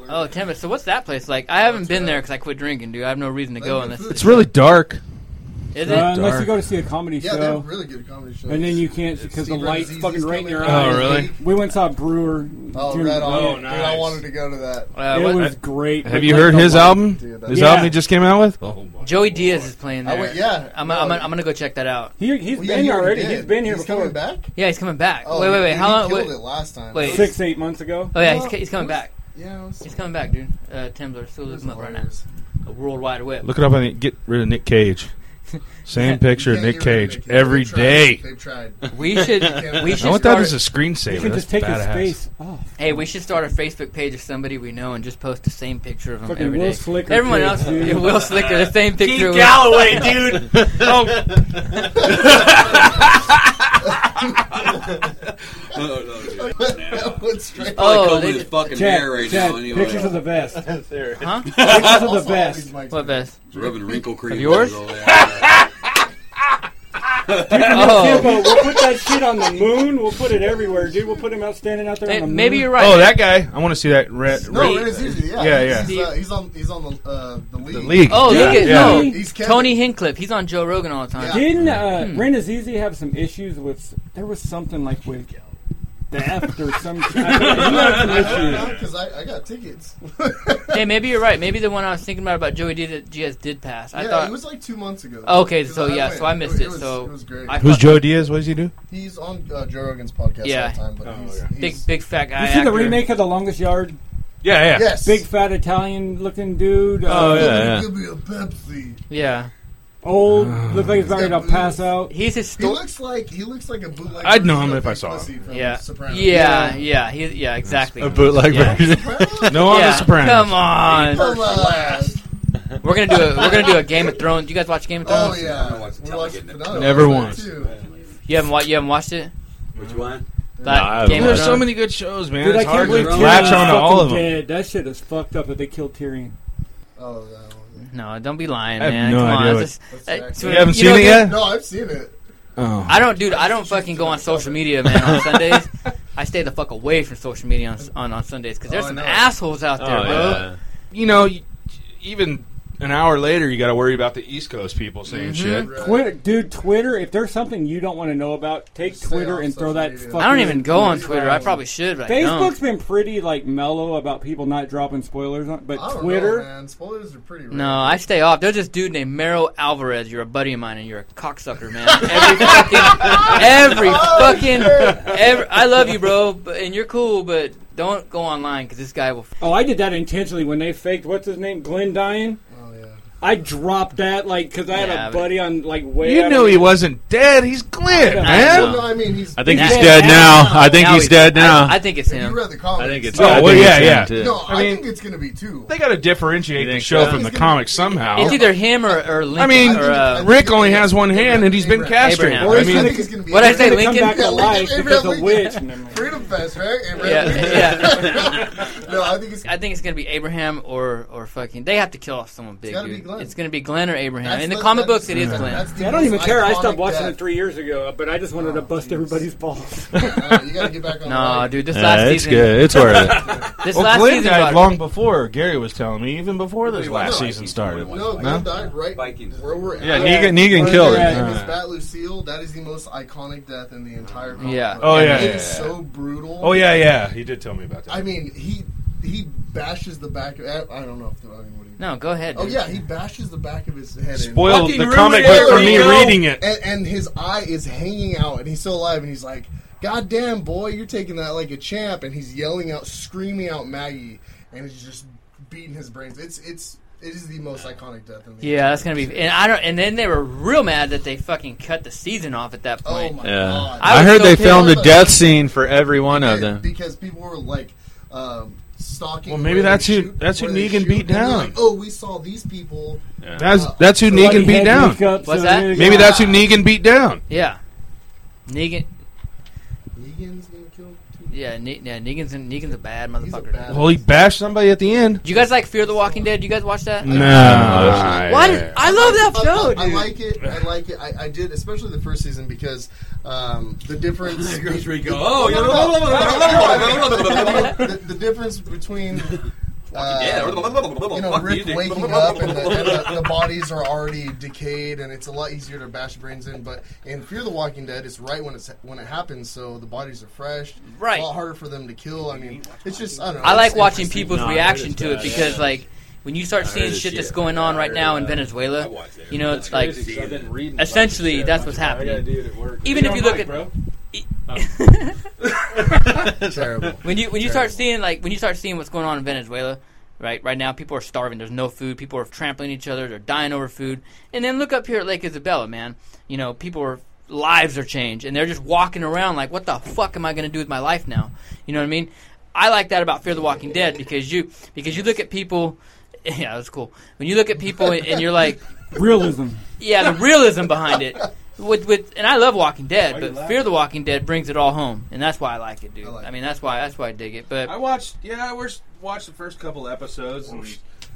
Oh, Tempe. So what's that place like? I haven't been there
uh,
because I quit drinking, dude. I have no reason to go unless
It's really dark.
Is
Uh,
it?
unless you go to see a comedy
Yeah,
show.
they have really good comedy shows.
And then you can't because the
Steve
lights
Azizi's
fucking right in
coming
your
up.
eyes.
Oh, really?
We went and saw Brewer.
Oh,
Jim
right on.
Brewer.
Dude, I wanted to go to that.
Uh,
it was great.
Have
But
you
like
heard
the
his
light-
album?
Dude,
his
yeah.
album he just came out with.
Joey Diaz is playing
I
there.
went- yeah,
I'm, I'm, I'm, gonna go check that out.
He, he's
Well, yeah, been he already already. did. He's been here He's coming before. back?
Yeah, he's coming back.
Oh,
wait, wait, wait.
dude,
How
he
long?
killed
wait,
it last time.
Wait,
Six, eight months ago.
Oh yeah,
No,
he's, he's coming back.
Yeah,
he's coming back, dude. Uh, Tim's still looking up right now. A worldwide whip.
Look it up on the, get rid of Nick Cage. Same picture of
can't
Nick
get rid of
Cage
Nick Cage.
every
They've
day.
tried. They've tried. We should- we should
I want that
start-
as a screensaver.
You can
That's
just take his
badass.
face off.
Hey, we should start a Facebook page of somebody we know and just post the same picture of him
Fucking
every
Will
day.
Slicker
Everyone
page,
else,
dude.
yeah, Will Slicker, the same
Keith
picture. of Will-
Galloway, dude. Oh.
No, no, dude.
That one's straight.
Oh,
He's probably combing his fucking
Chad,
hair right
Chad,
now. Anyway.
Pictures of the vest.
There it is.
Huh? Pictures of the vest.
What vest?
Rubbing wrinkle cream.
Of yours?
all over.
Dude, from
Oh.
El Tiempo, we'll put that shit on the moon. We'll put it everywhere, dude. We'll put him out standing out there. on the moon.
Oh, that guy. I want to see that. Red,
No, it is easy. Yeah,
yeah, yeah.
He's, uh, he's on. He's on the uh, the league.
league.
Oh,
Yeah,
look at
yeah.
no,
He's Kevin.
Tony Hincliffe. He's on Joe Rogan all the time.
Didn't uh, Ren Azizi have some issues with? There was something like with theft or some. he had some issues.
Because I, I got tickets.
hey, maybe you're right. Maybe the one I was thinking about about Joey Diaz, Diaz did pass. I
yeah,
thought
it was like two months ago.
Okay,
'Cause
so yeah,
went.
so I missed it.
was-
so
it was great.
I
Who's
fuck-
Joe Diaz? What does he do?
He's on uh, Joe Rogan's podcast
Yeah.
all the time. But he's, he's,
Big, big fat guy.
You see the
actor.
remake of The Longest Yard?
Yeah, yeah.
Yes.
Big fat Italian looking dude. uh,
Oh, yeah,
Give me a Pepsi.
Yeah.
Old, looks like he's about ready to pass out.
He's his
He looks like he looks like a bootleg.
I'd know
version
him if
of
I
Big
saw
Pussy
him.
from
Yeah.
Sopranos.
yeah, yeah, he, yeah, exactly.
A bootleg
yeah.
version. no, on
Yeah,
Oh, the Sopranos.
Come on,
Come on.
we're gonna do a we're gonna do a Game of Thrones. You guys watch Game of
Oh
Thrones?
yeah. We're watching Phenomenal.
Never once.
Too. Oh,
You haven't wa- you haven't watched it?
Which one?
That
Nah, I
Game of
There's so
Thrones?
many good shows, man.
Dude, I
it's
can't
hard
believe
to
Tyrion's
latch on to all
fucking
of them.
dead. That shit is fucked up that they killed Tyrion.
Oh, that one.
No, don't be lying,
I have
man.
no
Come
idea
on,
what-
that's just-
That's
that's
right.
what-
You
know,
haven't seen it
dude,
yet?
No, I've seen it.
Oh.
I don't, dude. I don't fucking go on social media, man. On Sundays, I stay the fuck away from social media on on, on Sundays because there's
Oh, I
some
know.
assholes out there,
Oh,
bro.
yeah. You know, you- even an hour later, you got to worry about the East Coast people saying shit.
Twitter, dude, Twitter. If there's something you don't want to know about, take
Stay
Twitter
off
and throw
social
that.
media.
Fucking
I don't even go on
trash.
Twitter. I probably should, but I don't.
Facebook's been pretty like mellow about people not dropping spoilers on, but
I don't know,
Twitter.
man. Spoilers are pretty. Rare.
No, I stay off. There's this dude named Mero Alvarez. You're a buddy of mine, and you're a cocksucker, man. Every fucking, every
Oh,
fucking, every, I love you, bro, but, and you're cool, but don't go online because this guy will. F-
oh, I did that intentionally when they faked what's his name, Glenn Dyan.
Oh yeah.
I dropped that like because I had
Yeah,
a
but-
buddy on like way.
You
out
knew
of-
he wasn't dead. He's Glenn,
I
man.
No, I mean he's.
I think
Now-
he's dead now. I think
now
he's dead now.
I, I think it's
If
him.
you read the comics.
I think it's.
Oh,
I think
well,
it's
yeah,
him,
yeah.
too.
No, I,
I mean-
think it's gonna be two.
They got to differentiate
You
the
think
show
so?
from the comics somehow.
Oh.
It's either him or, or Lincoln.
I mean,
or, uh,
Rick only has one hand, and he's been
Abraham.
castrated.
Abraham.
I
I
mean,
think it's gonna be.
What'd I say,
Abraham
They come
Lincoln?
back to
Lincoln-
life because the
Lincoln-
witch.
Lincoln- Freedom Fest, right?
yeah,
Abraham Lincoln?
yeah.
No, I think it's
I think it's gonna be Abraham or or fucking. They have to kill off someone big,
gotta be
dude.
Glenn.
It's going to be Glenn or Abraham.
That's
In the,
the-
comic
that's-
books, it is
yeah.
Glenn.
That's the
I don't even
most
care. I
iconic
stopped watching
death.
it three years ago, but I just wanted to bust everybody's balls.
you gotta get back on
No, dude, this
Yeah,
last
it's
season.
good. It's worth it.
this
well,
last
Glenn
season
died
got-
long before Gary was telling me, even before this
Wait,
last
no,
season
he's
started.
the
No, Glenn died right
Vikings.
where we're
Yeah,
at.
Negan, Negan
Where's
killed
your
her.
at?
Name is Bat Lucille. That is the most iconic death in the entire. comic
Yeah.
book.
Oh, yeah,
It
yeah,
is
yeah.
so brutal.
Oh yeah, yeah. He did tell me about that.
I mean, he he bashes the back. Of, I don't know if the, I mean, what he.
No, go ahead.
Oh
dude.
yeah, he bashes the back of his head. in.
Spoiled
Fucking
the
ruined
comic
it,
book for me
Rico.
reading it.
and, and his eye is hanging out, and he's still alive, and he's like, "God damn, boy, you're taking that like a champ!" And he's yelling out, screaming out Maggie, and it's just beating his brains. It's it's it is the most iconic death in the
Yeah, that's gonna be. And I don't. And then they were real mad that they fucking cut the season off at that
Oh
point.
my
Yeah.
god!
I
I
was
heard
so
they
pissed.
filmed a death scene for every one of
Because-
them.
because people were like um, stalking.
Well, maybe
where they
that's who-
shoot-
that's who
where they
Negan
shoot,
beat
and they're
down.
Like, oh, we saw these people.
That's that's who
Somebody
Negan beat
had
down.
makeup,
What's
so
that?
they-
Maybe that's who Negan beat down.
Yeah. Negan.
Negan's gonna kill. Two.
Yeah. Ne- yeah. Negan's Negan's a bad
He's a
motherfucker.
bad-
Well, he bashed somebody at the end.
Do you guys like Fear the Walking Dead? Do you guys watch that?
Nah.
Why did I love that
I-
show,
I, I
dude?
like it. I like it. I, I did, especially the first season because um, the difference.
Goes Rico.
No, no, no, no, no, no,
Oh,
no, no, no, no, no, no, no, no, no, no. the, the difference between uh,
yeah.
you know Rick waking up and, the, and the, the bodies are already decayed, and it's a lot easier to bash brains in. But in Fear the Walking Dead, it's right when it's when it happens, so the bodies are fresh.
Right.
a lot harder for them to kill. I mean, it's just I don't know.
I
it's
like watching
interesting.
people's
No, I
reaction
noticed
to it
that,
because,
yeah.
like, when you
I
start
heard
seeing
this
shit that's
shit.
going on
I
right
heard
now in
that. I
Venezuela,
watched it.
you know,
That's
it's like
crazy. I've been
reading
essentially that's what's happening. Even if you look at E-
terrible.
when you when you start seeing like when you start seeing what's going on in Venezuela, right? Right now, people are starving. There's no food. People are trampling each other. They're dying over food. And then look up here at Lake Isabella, man. You know, people are lives are changed, and they're just walking around like, what the fuck am I going to do with my life now? You know what I mean? I like that about Fear the Walking Dead because you because you look at people. Yeah, that's cool. When you look at people and, and you're like,
realism.
yeah, the realism behind it. With, with and I love Walking Dead, but Fear the Walking Dead brings it all home, and that's why I like it, dude. I,
I like
mean, that's why that's why I dig it. But
I watched. Yeah, I watched, watched the first couple episodes. And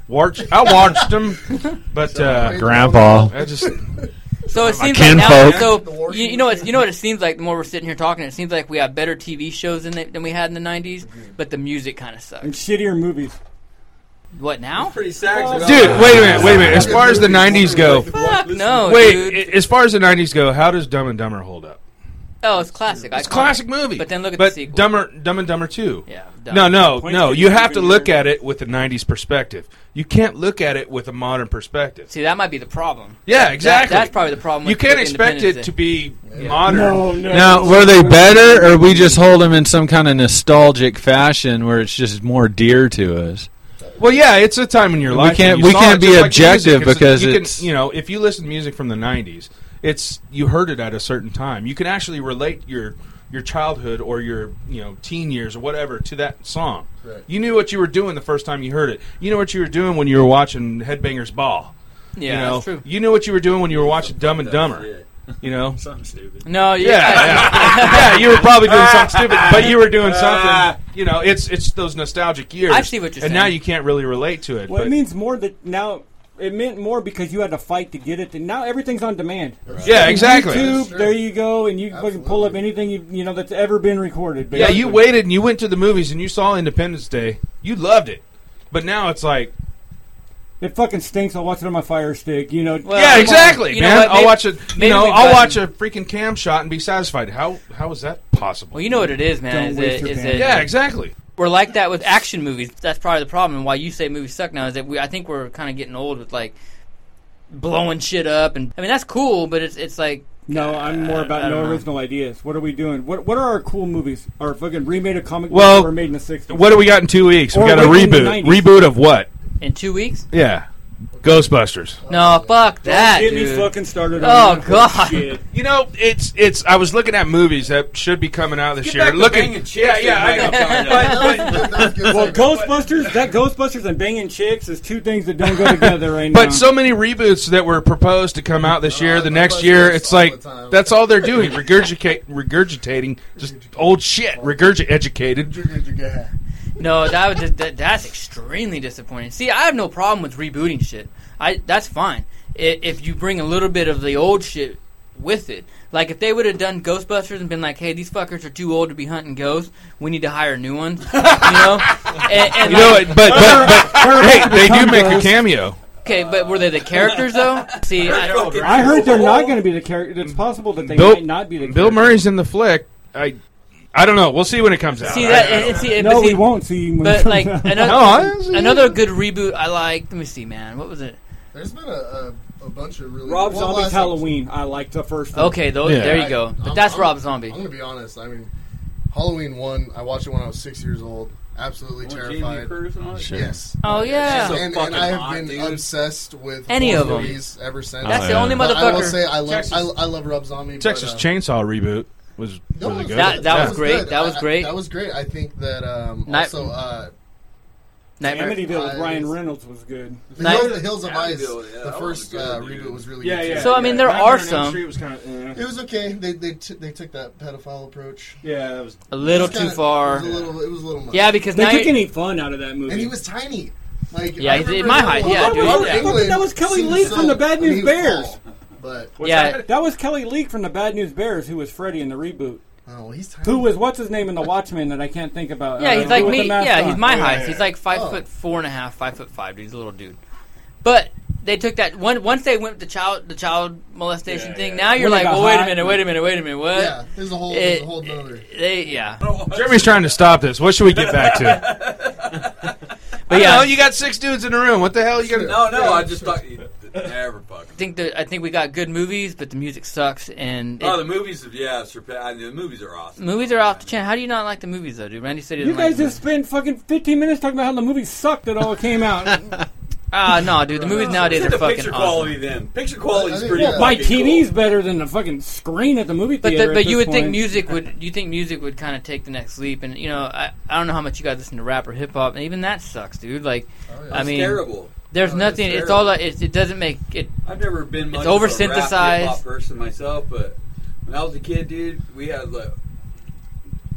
Watch, I watched him, but uh,
Grandpa.
I just uh,
So it
My
seems like now,
kinfolk.
The
so
war
you, you know, it's, you know what it seems like. The more we're sitting here talking, it seems like we have better TV shows than, they, than we had in the '90s, but the music kind of sucks.
And shittier movies.
What now?
pretty sad.
dude, wait a minute, wait a minute. As far as the '90s go,
Fuck
Oh,
no, dude.
wait, i- as far as the '90s go, how does Dumb and Dumber hold up?
oh, it's classic.
It's a classic movie.
But then look at the sequel.
Dumber, Dumb and Dumber Two.
Yeah.
No, no,
Points
no.
could
You
be
have to
even
look
there.
at it with the '90s perspective. You can't look at it with a modern perspective.
See, that might be the problem.
Yeah, exactly.
that's probably the problem
You
with-
can't
with
expect
Independence
it
Day.
to be modern.
no.
Now, were they better, or we just hold them in some kind of nostalgic fashion where it's just more dear to us?
Well, yeah, it's a time in your
We
life. when
can't-
you
we
saw
can't
it,
be
just like the
objective
music. It's a-
because
you
it's-
can, you know if you listen to music from the '90s, it's you heard it at a certain time. You can actually relate your your childhood or your you know teen years or whatever to that song.
Right.
You knew what you were doing the first time you heard it. You know what you were doing when you were watching Headbangers Ball.
Yeah,
you know,
that's true.
you knew what you were doing when you were watching Dumb and Dumber.
shit.
You know,
Something stupid.
No, you,
yeah, yeah. Yeah, you were probably doing something stupid, but you were doing something. You know, it's it's those nostalgic years.
Ah. I see what you're
and now
saying.
you can't really relate to it.
Well,
but-
it means more that now. It meant more because you had to fight to get it. And now everything's on demand.
yeah, exactly.
YouTube,
Sure.
there you go, and you can
Absolutely.
pull up anything you, you know that's ever been recorded.
Yeah,
basically.
you waited and you went to the movies and you saw Independence Day. You loved it, but now it's like,
It fucking stinks. I'll watch it on my Fire Stick. You know.
Well,
yeah,
come
exactly,
on. You know
man.
what?
I'll
Maybe-
watch a,
maybe
you know,
we
I'll
button-
watch a freaking cam shot and be satisfied. How how is that possible?
Well, you know what it is,
Don't
man. Is
waste
it,
your
is
bandwidth.
it,
yeah, exactly.
we're like that with action movies. That's probably the problem. And why you say movies suck now is that we I think we're kind of getting old with like blowing shit up, and I mean that's cool, but it's it's like
No, I'm more about
I
no
don't know.
original ideas. What are we doing? What What are our cool movies? Our fucking remade of comic
Well,
books that were made in the '60s.
What do we got in two weeks?
Or
we got a
wait in the
reboot.
90s.
Reboot of what?
in two weeks.
Yeah, Ghostbusters.
No, fuck that,
Get me
dude.
fucking started.
Oh,
on that
God.
shit.
You know, it's it's. I was looking at movies that should be coming out this
Get
year.
back to
Looking,
banging chicks
yeah,
and
yeah. I know.
banging condoms.
But- but-
That was good.
Well,
That was good.
Ghostbusters, that Ghostbusters and banging chicks is two things that don't go together right now.
But so many reboots that were proposed to come out this year, the
my
next
bus
year,
goes
it's
all
like
the time.
that's all they're doing regurgitate, regurgitating just old shit, regurgitated. educated.
Jigga, jigga.
No, that was just, that, that's extremely disappointing. See, I have no problem with rebooting shit. I that's fine. I if you bring a little bit of the old shit with it, like if they would have done Ghostbusters and been like, "Hey, these fuckers are too old to be hunting ghosts. We need to hire new ones," you know. And, and
You know
like-
what, but- but- but- hey, they do make a cameo.
Okay, but were they the characters though? See, I,
I heard they're not going to be the character. It's possible that they
Bill,
might not be the
Bill Murray's in the flick. I I don't know. We'll see when it comes out.
See
I-
that?
I
And,
don't
and
know.
see,
No,
but see,
we won't see him when
But
it comes
like
out.
another,
No, I haven't seen
another good reboot. I like. Let me see, man. What was it?
There's been a, a, a bunch of really
Rob
well,
Zombie's
last-
Halloween. I liked the first. one.
Okay, those- there you go. But
I'm-
that's
I'm-
Rob Zombie.
I'm gonna be honest. I mean, Halloween one. I watched it when I was six years old. Absolutely
Oh, Jamie
terrified.
Curtis and all that? Sure.
Yes.
Oh, yeah.
And,
She's so
and
fucking
I have
hot,
been
dude.
obsessed with
Any
horror
of 'em.
movies ever since.
That's the Oh, yeah. only
But I will
motherfucker.
say I love
Texas-
I, I love Rob Zombie.
Texas
but, uh,
Chainsaw reboot was
No,
really
it
good.
That- that was
Yeah.
great.
good. I-
was
I-
great.
that was great. I think that um,
Night-
also uh,
Nightmare.
Amityville with
I-
Ryan Reynolds was good.
the,
Night-
Hills, the Hills of Ice,
Amityville, yeah,
the
that
first
was
uh,
good, dude.
reboot was really
Yeah,
good,
yeah.
too.
So, I mean, there
Nightmare
are
on Elm
some-
Street was eh. kind of.
It was okay. They they, t- they took that pedophile approach.
yeah, that was.
A little
It
too
was kinda-
far.
It was a little. It was a little much.
Yeah, because
They
now
took
you-
any fun out of that movie.
and he was tiny. Like
Yeah,
I
he's-
remember
my
Robert-
height, yeah,
Robert
dude.
England
That was- that was Kelly
seemed
Lee from the
so-
Bad
I mean,
News
he was
Bears.
tall, But
yeah,
That was Kelly Leak from the Bad News Bears, who was Freddy in the reboot.
oh, well, he's tiny.
Who was what's his name in the Watchmen that I can't think about?
yeah,
Uh,
he's
who
like
with the
me.
mask
Yeah,
on.
he's my
Oh,
height. He's like five
Oh.
foot four and a half, five foot five. Dude, he's a little dude. But they took that one once they went with the child the child molestation
Yeah,
thing.
yeah.
Now you're
When they
like,
got
well, wait a
hot.
minute, wait a minute, wait a minute. What?
Yeah, there's a whole
It-
there's a whole other.
They yeah.
Jeremy's trying to stop this. What should we get back to?
But
You
yeah,
know, you got six dudes in a room. What the hell? You got?
No, no, I just thought you never fuck.
I think that I think we got good movies, but the music sucks and
Oh,
it-
the movies, yeah, surpa- I mean, the movies are awesome.
movies are off the chain. How do you not like the movies though, dude? Randy said he
You
didn't like
guys
the
just spent fucking 15 minutes talking about how the movie sucked that all came out.
movies. ah no, dude. The movies nowadays
Look
are
at the
fucking
picture
awesome.
quality then. Picture quality
I
is
think-
pretty.
well,
My
fucking
TV's
cool.
better than the fucking screen at the movie
But
theater.
the,
at
but you
this
would think
point.
music would you think music would kind of take the next leap, and you know I, I don't know how much you guys listen to rap or hip hop, and even that sucks, dude. Like
Oh, yeah.
I
It's
mean,
terrible.
there's
Oh,
nothing.
that's
It's all
terrible.
it, it doesn't make it.
I've never been much
It's
of a
oversynthesized.
rap, hip-hop person myself, but when I was a kid, dude, we had like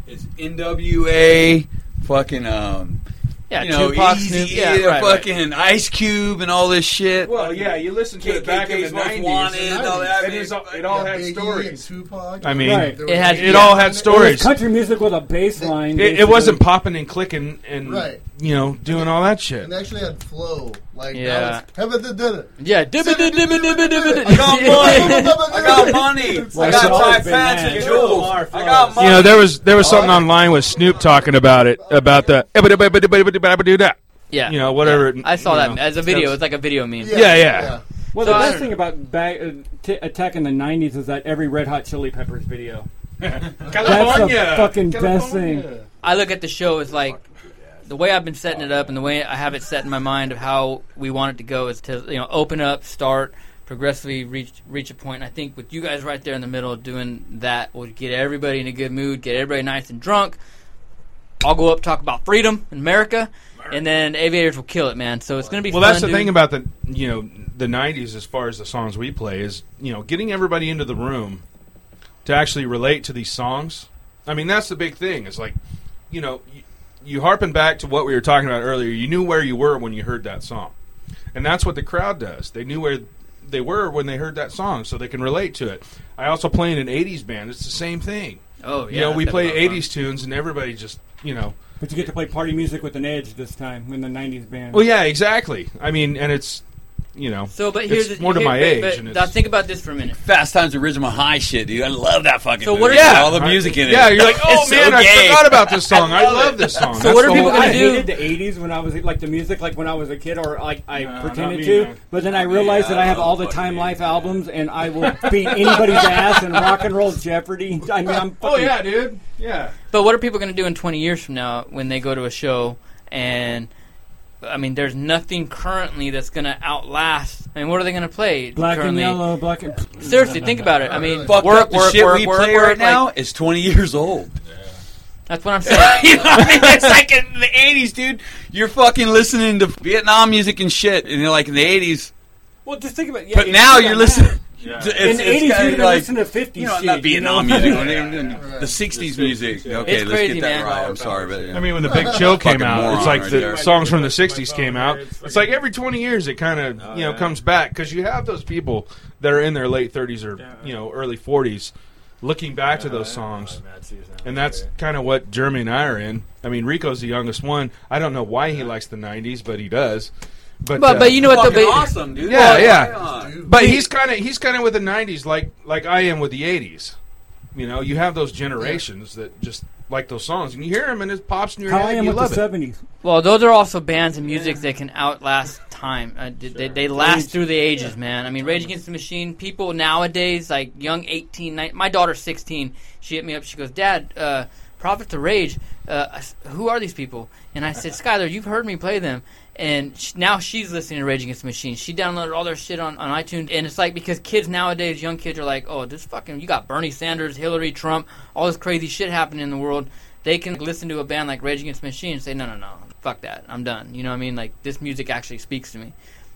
it's NWA, fucking um,
Yeah,
you know,
Tupac,
Easy,
Snoop, yeah, right, right.
fucking Ice Cube, and all this shit.
Well, yeah, you listen to it back in the
KKK's Most
nineties.
Wanted,
and
all that,
It, is, it all
Yeah,
had
Biggie
stories.
and Tupac.
I mean,
Right.
There
It
was-
had-
it all had
It was
stories. It,
country music with a bass line.
it
basically.
wasn't popping and clicking and
Right.
you know doing all that shit.
And they actually had flow. Like
Yeah.
that was.
yeah. dibba dibba dibba dibba dibba
I got money. I got money. I
it's always
got five
been
fans
that.
and jewels. I got
You
money.
know, there was there
Oh,
was something online with Snoop talking about it about the
Yeah,
you know whatever.
I saw
you
that
know.
as a video. It's like a video meme.
Yeah, yeah.
Well, the
So I-
best thing about back, uh, t- Attack in the 90s is that every Red Hot Chili Peppers video. That's the fucking best thing.
I look at the show as like the way I've been setting it up and the way I have it set in my mind of how we want it to go is to you know open up, start, progressively reach reach a point. And I think with you guys right there in the middle doing that will get everybody in a good mood, get everybody nice and drunk. I'll go up talk about freedom in America, and then aviators will kill it, man. So it's gonna be
Well,
fun,
that's the
dude.
thing about the you know the '90s as far as the songs we play is you know getting everybody into the room to actually relate to these songs. I mean, that's the big thing. It's like you know you, you harpen back to what we were talking about earlier. You knew where you were when you heard that song, and that's what the crowd does. They knew where they were when they heard that song, so they can relate to it. I also play in an '80s band. It's the same thing.
Oh yeah,
you know, we
that's
play
a lot of fun.
'80s tunes, and everybody just you know
But you get to play party music with an edge this time in the 90s band.
Well, yeah, exactly. I mean, and it's you know,
So, but here's
it's
the-
more to
here-
my
but-
age.
But,
and
now
it's,
think about this for a minute.
Fast Times at Ridgemont High shit, dude. I love that fucking.
So
movie.
what are-
yeah,
Yeah.
all the music in it?
yeah, you're like, oh
It's so
man, I
gay.
forgot about this song. I, love this song.
So
That's
what are
the
people
whole
gonna
I
thing.
do?
hated the 80s when I was like the music like when I was a kid or like I
Nah, not
pretended
me,
to
man.
but then I realized
Yeah,
that I have
I
all the
fucking
Time
hate
Life
that.
albums and I will beat anybody's ass in rock and roll Jeopardy I mean I'm
Oh
fucking
yeah, dude. Yeah.
But what are people going to do in 20 years from now when they go to a show and I mean there's nothing currently that's going to outlast. I mean what are they going to play
black
currently?
and yellow black and
Seriously, think about it. I mean
Fucked
work
up the
work
shit
work
we
work,
play
work,
right
like-
now is 20 years old.
that's what I'm saying.
you know what I mean? It's like in the 80s, dude. You're fucking listening to Vietnam music and shit, and you're like in the 80s.
Well just think about yeah,
But now you're listening.
Yeah.
It's- it's-
In
it's
80s,
kinda
you'd have
like,
listened to 50s
You know, I'm
shit,
not
you
being
know?
on music.
Yeah.
I'm doing
Right.
The 60s
The
music.
60s, yeah.
Okay,
It's
let's
crazy,
get that
man.
right. I'm sorry, but.
I mean, when the Big Chill came
Fucking
out,
moron
it's like
right
the
there.
songs from the '60s came out. It's like every 20 years, it kind of you know
Oh, yeah.
comes back because you have those people that are in their late 30s or you know early 40s, looking back to those songs, and that's kind of what Jeremy and I are in. I mean, Rico's the youngest one. I don't know why he likes the '90s, but he does. But
But-
uh,
but you know what the- Fucking but- awesome, dude.
Yeah,
Oh,
Right
yeah.
on.
But he's kind of he's kind of with the '90s, like like I am with the '80s. You know, you have those generations that just like those songs, and you hear them, and it pops in your head. and you love it.
Well, those are also bands and music that can outlast time. Uh, d- they, they last through the ages, man. I mean, Rage Against the Machine. People nowadays, like young 18, 19, my daughter's 16. She hit me up. She goes, "Dad, uh, Prophet the Rage. Uh, I s- who are these people?" And I said, "Skylar, you've heard me play them." And sh- now she's listening to Rage Against the Machine. She downloaded all their shit on, on iTunes, and it's like because kids nowadays, young kids are like, "Oh, this fucking you got Bernie Sanders, Hillary, Trump, all this crazy shit happening in the world." they can listen to a band like Rage Against the Machine and say, no, no, no, fuck that, I'm done. You know what I mean? Like this music actually speaks to me.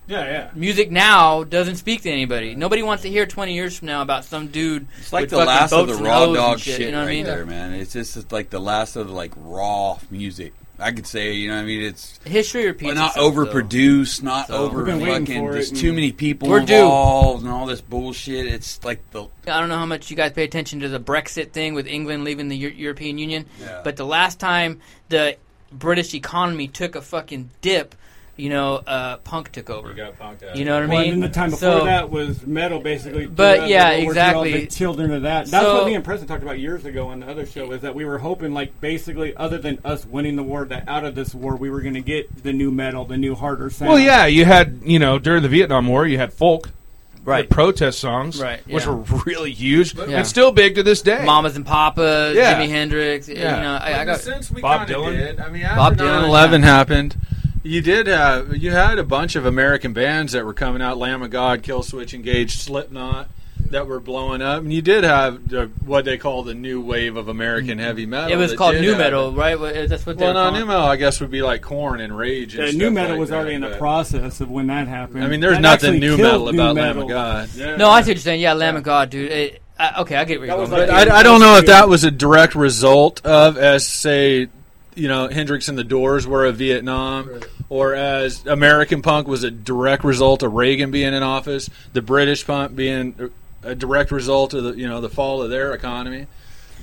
Yeah, yeah.
Music now doesn't speak to anybody. Nobody wants to hear 20 years from now about some dude.
It's like
with
the
fucking
last of
boats
the
and
raw
hoes and
dog
shit,
shit,
You know what
right
I mean?
there, man. It's just it's like the last of the like raw music. I could say, you know, what I mean, it's
History repeats
Well, not
itself, though.
overproduced, not
So-
over
We've been waiting
fucking.
for it
There's
and-
too many people
We're due.
involved and all this bullshit. It's like the
I don't know how much you guys pay attention to the Brexit thing with England leaving the Eu- European Union,
Yeah.
but the last time the British economy took a fucking dip, you know, uh, punk took over. You got punked
out.
You know what I mean?
Well, and then the time before
So-
that was metal, basically.
But,
throughout
yeah,
World War II, all
exactly.
The children of that. That's
So-
what me and Preston talked about years ago on the other show. Is that we were hoping, like, basically, other than us winning the war, that out of this war we were going to get the new metal, the new harder sound.
Well, yeah, you had you know during the Vietnam War, you had folk,
Right.
the protest songs,
Right,
which
yeah.
were really huge
But- Yeah.
and still big to this day.
Mamas and Papas,
Yeah.
Jimi Hendrix.
Yeah.
You know, I,
But
I
in a
got
sense, we
Bob
kinda
Dylan.
did. I mean,
Bob
after
Dylan,
9/11 happened. You did have you had a bunch of American bands that were coming out: Lamb of God, Killswitch Engage, Slipknot, that were blowing up. And you did have uh, what they call the new wave of American heavy metal.
It was
that
called
did
new
happen.
metal, right? Well, That's what they
Well,
were
no,
calling.
new metal I guess would be like Corn and Rage. And
The
stuff
new metal
like
was
that,
already in the
but-
process of when that happened.
I mean, there's
That
nothing
actually
new
killed
metal about Lamb
metal.
of God.
No, I see what you're saying. Yeah, Lamb of God, dude. It, I, okay, I get where you're going.
But
with that.
I, I don't know if that was a direct result of, as say, you know, Hendrix and the Doors were of Vietnam, or as American punk was a direct result of Reagan being in office, the British punk being a direct result of the you know the fall of their economy.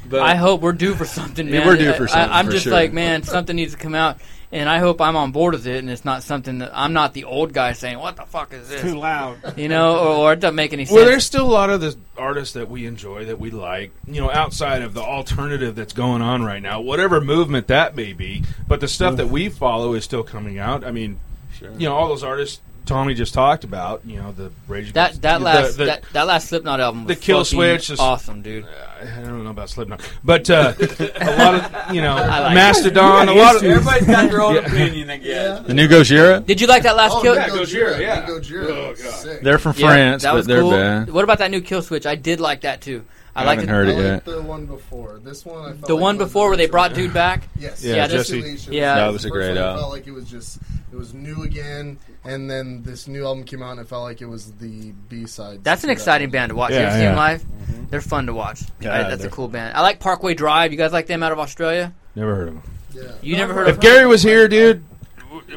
But
I hope we're due for something,
Yeah,
man.
we're due for something,
I, am
for
just
sure.
like, man, something needs to come out, and I hope I'm on board with it, and it's not something that I'm not the old guy saying, "What the fuck is this?"
Too loud.
you know, or, or it doesn't make any sense.
Well, there's still a lot of the artists that we enjoy that we like, you know, outside of the alternative that's going on right now, whatever movement that may be. But the stuff
Mm.
that we follow is still coming out. I mean, you know, all those artists Tommy just talked about, you know, the Rage
that
Against-
that
the-
last
the-
that, that last Slipknot album, was
the Kill
fucking
Switch is-
awesome, dude.
I don't know about Slipknot, but uh, a lot of you know
I like it.
Mastodon,
You got
a lot of
issues. Everybody's got their own
opinion, I guess.
the new Gojira,
Did you like that last
Oh,
Kill?
yeah, Gojira, yeah. Oh, Gojira. Sick.
they're from France,
that
but
was
they're
cool.
bad.
What about that new Kill Switch? I did like that too. I,
I
liked
haven't
it.
heard
I
it yet.
like the one before. This one, I felt
The
like
one
was
before where they
original.
brought dude back?
Yes.
Yeah, Yeah, Jesse-
Iglesias.
yeah. That
was a
The
great
first one,
album.
It felt like it was just it was new again, and then this new album came out, and it felt like it was the B side.
That's an exciting band to watch.
Yeah,
you ever see
yeah. Mm-hmm.
them live? They're fun to watch.
Yeah,
I- that's a
they're-
cool band. I like Parkway Drive. You guys like them out of Australia?
Never heard of them.
You
Uh,
never heard
If
of
Gary was here, dude,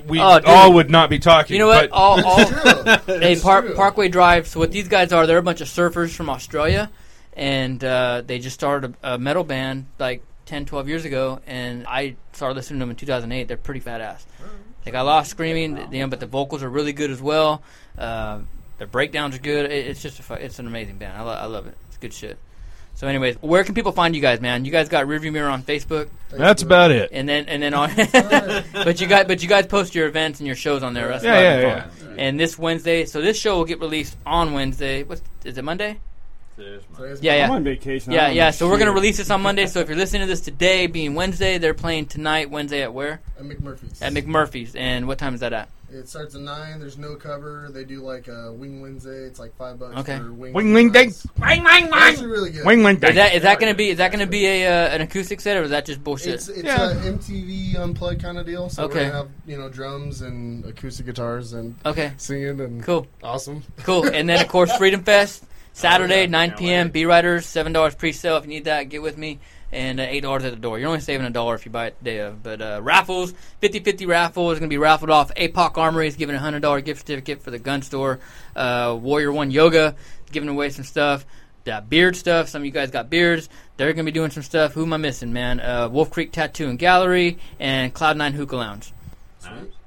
we
Oh, dude.
all would not be talking.
You know what?
but-
All, all, hey, Park, Parkway Drive. So what these guys are? They're a bunch of surfers from Australia, and uh, they just started a, a metal band like 10, 12 years ago. And I started listening to them in 2008. They're pretty badass. They got a lot of screaming, th- you know, but the vocals are really good as well. Uh, their breakdowns are good. It, it's just a, fu- it's an amazing band. I, lo- I love it. It's good shit. So, anyways, where can people find you guys, man? You guys got Rearview Mirror on Facebook.
That's about it.
And then and then on, but you guys but you guys post your events and your shows on there. That's
Yeah,
what I've
yeah,
been
yeah.
following. Mm-hmm. And this Wednesday, so this show will get released on Wednesday. What is it? Monday? Yeah, yeah.
I'm on vacation. I
Yeah,
don't
yeah.
know
So we're gonna
shit.
release this on Monday. So if you're listening to this today, being Wednesday, they're playing tonight. Wednesday at where?
At McMurphy's.
At McMurphy's. And what time is that at?
It starts at nine. There's no cover. They do like a Wing Wednesday. It's like five bucks.
Okay.
For wing
Wing, wing, ding.
Wing, wing,
It's actually really good.
Wing, wing, ding.
Is that is that gonna be is that gonna be a uh, an acoustic set or is that just bullshit?
It's it's a MTV unplugged kind of deal. So
Okay.
we're gonna have you know drums and acoustic guitars and
Okay.
singing and
Cool.
awesome.
Cool. And then of course Freedom Fest. Saturday, 9 p.m. B Riders, seven dollars pre-sale. If you need that, get with me. And uh, eight dollars at the door. You're only saving a dollar if you buy it the day of. But uh, raffles, 50-50 raffle is going to be raffled off. APOC Armory is giving a hundred dollar gift certificate for the gun store. Uh, Warrior One Yoga is giving away some stuff. That beard stuff. Some of you guys got beards. They're going to be doing some stuff. Who am I missing, man? Uh, Wolf Creek Tattoo and Gallery and Cloud Nine Hookah Lounge.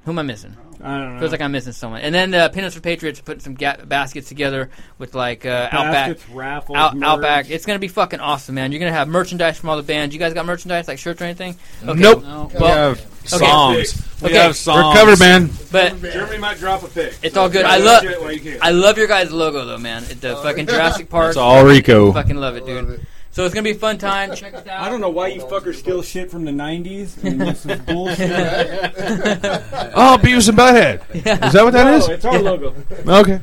Who am I missing?
I don't know.
Feels like I'm missing someone. And then the Peanuts for Patriots putting some ga- baskets together with like uh, Outback,
Baskets, raffles,
Out-
merch.
Outback. It's gonna be fucking awesome, man. You're gonna have merchandise from all the bands. You guys got merchandise like shirts or anything?
Nope.
Well,
We have Psalms. We have Psalms. We're covered, man.
But
Jeremy might drop a pick.
It's all good.
Yeah,
I
you
love,
get what you can.
I love your guys' logo though, man. It- The fucking Jurassic Park.
Oh. It's all Rico.
Fucking love it, dude. So it's gonna be a fun time. Check us out.
I don't know why you fuckers steal shit from the '90s. And this is bullshit.
Oh, Beavis and Butthead. Is that what that
No,
Oh,
is?
it's our logo.
Okay.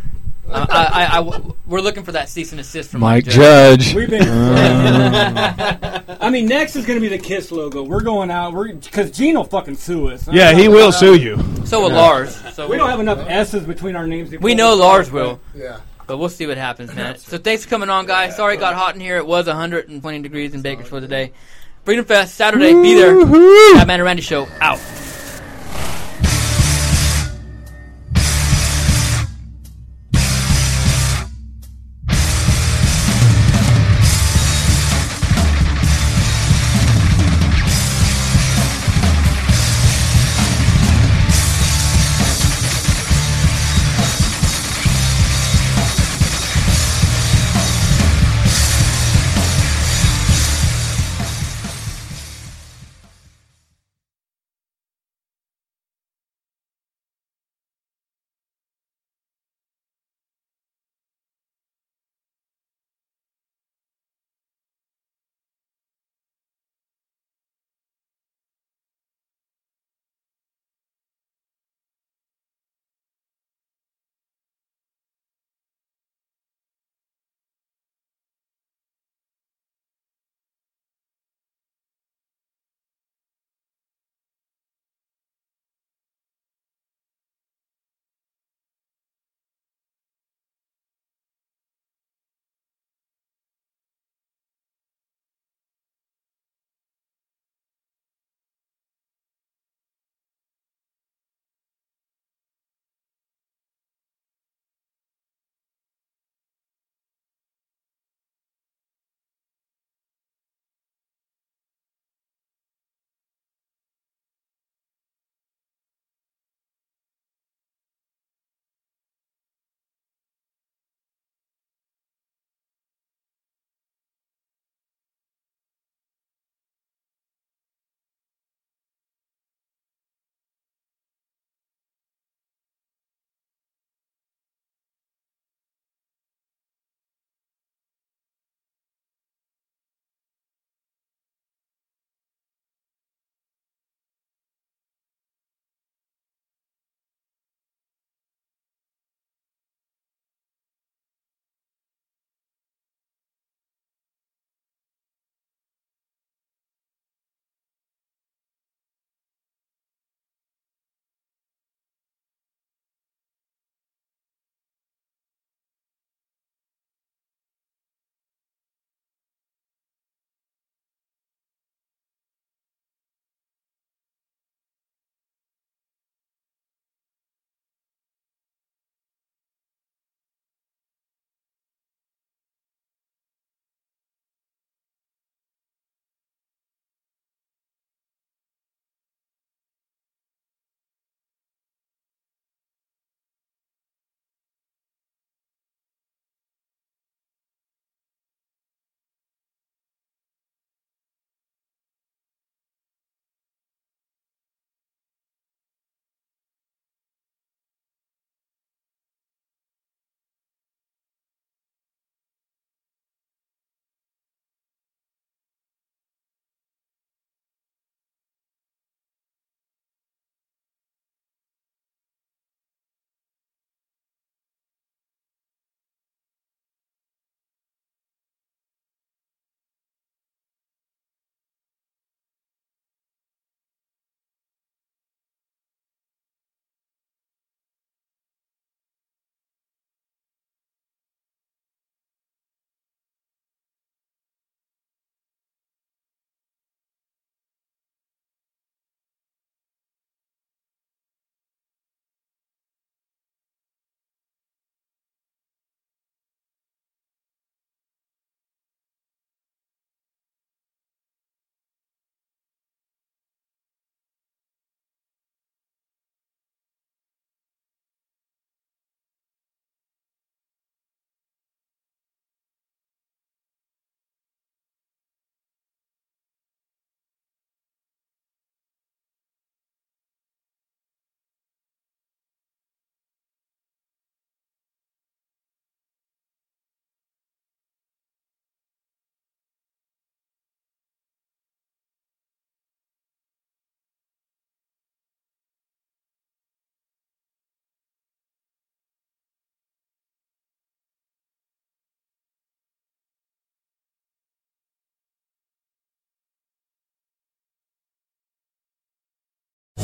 Uh, I, I- I w- we're looking for that cease and assist from
Mike
Mike,
Judge.
We've been.
Oh.
I mean, next is going to be the Kiss logo. We're going out. We're because Gene will fucking sue us.
Yeah, he will sue you.
So will Lars. So
we don't have enough S's between our names.
We know Lars will.
Yeah.
But we'll see what happens, man. So thanks for coming on, guys. Sorry it got hot in here. It was 120 degrees in Bakersfield today. Freedom Fest, Saturday. Be there. Batman and Randy Show, out.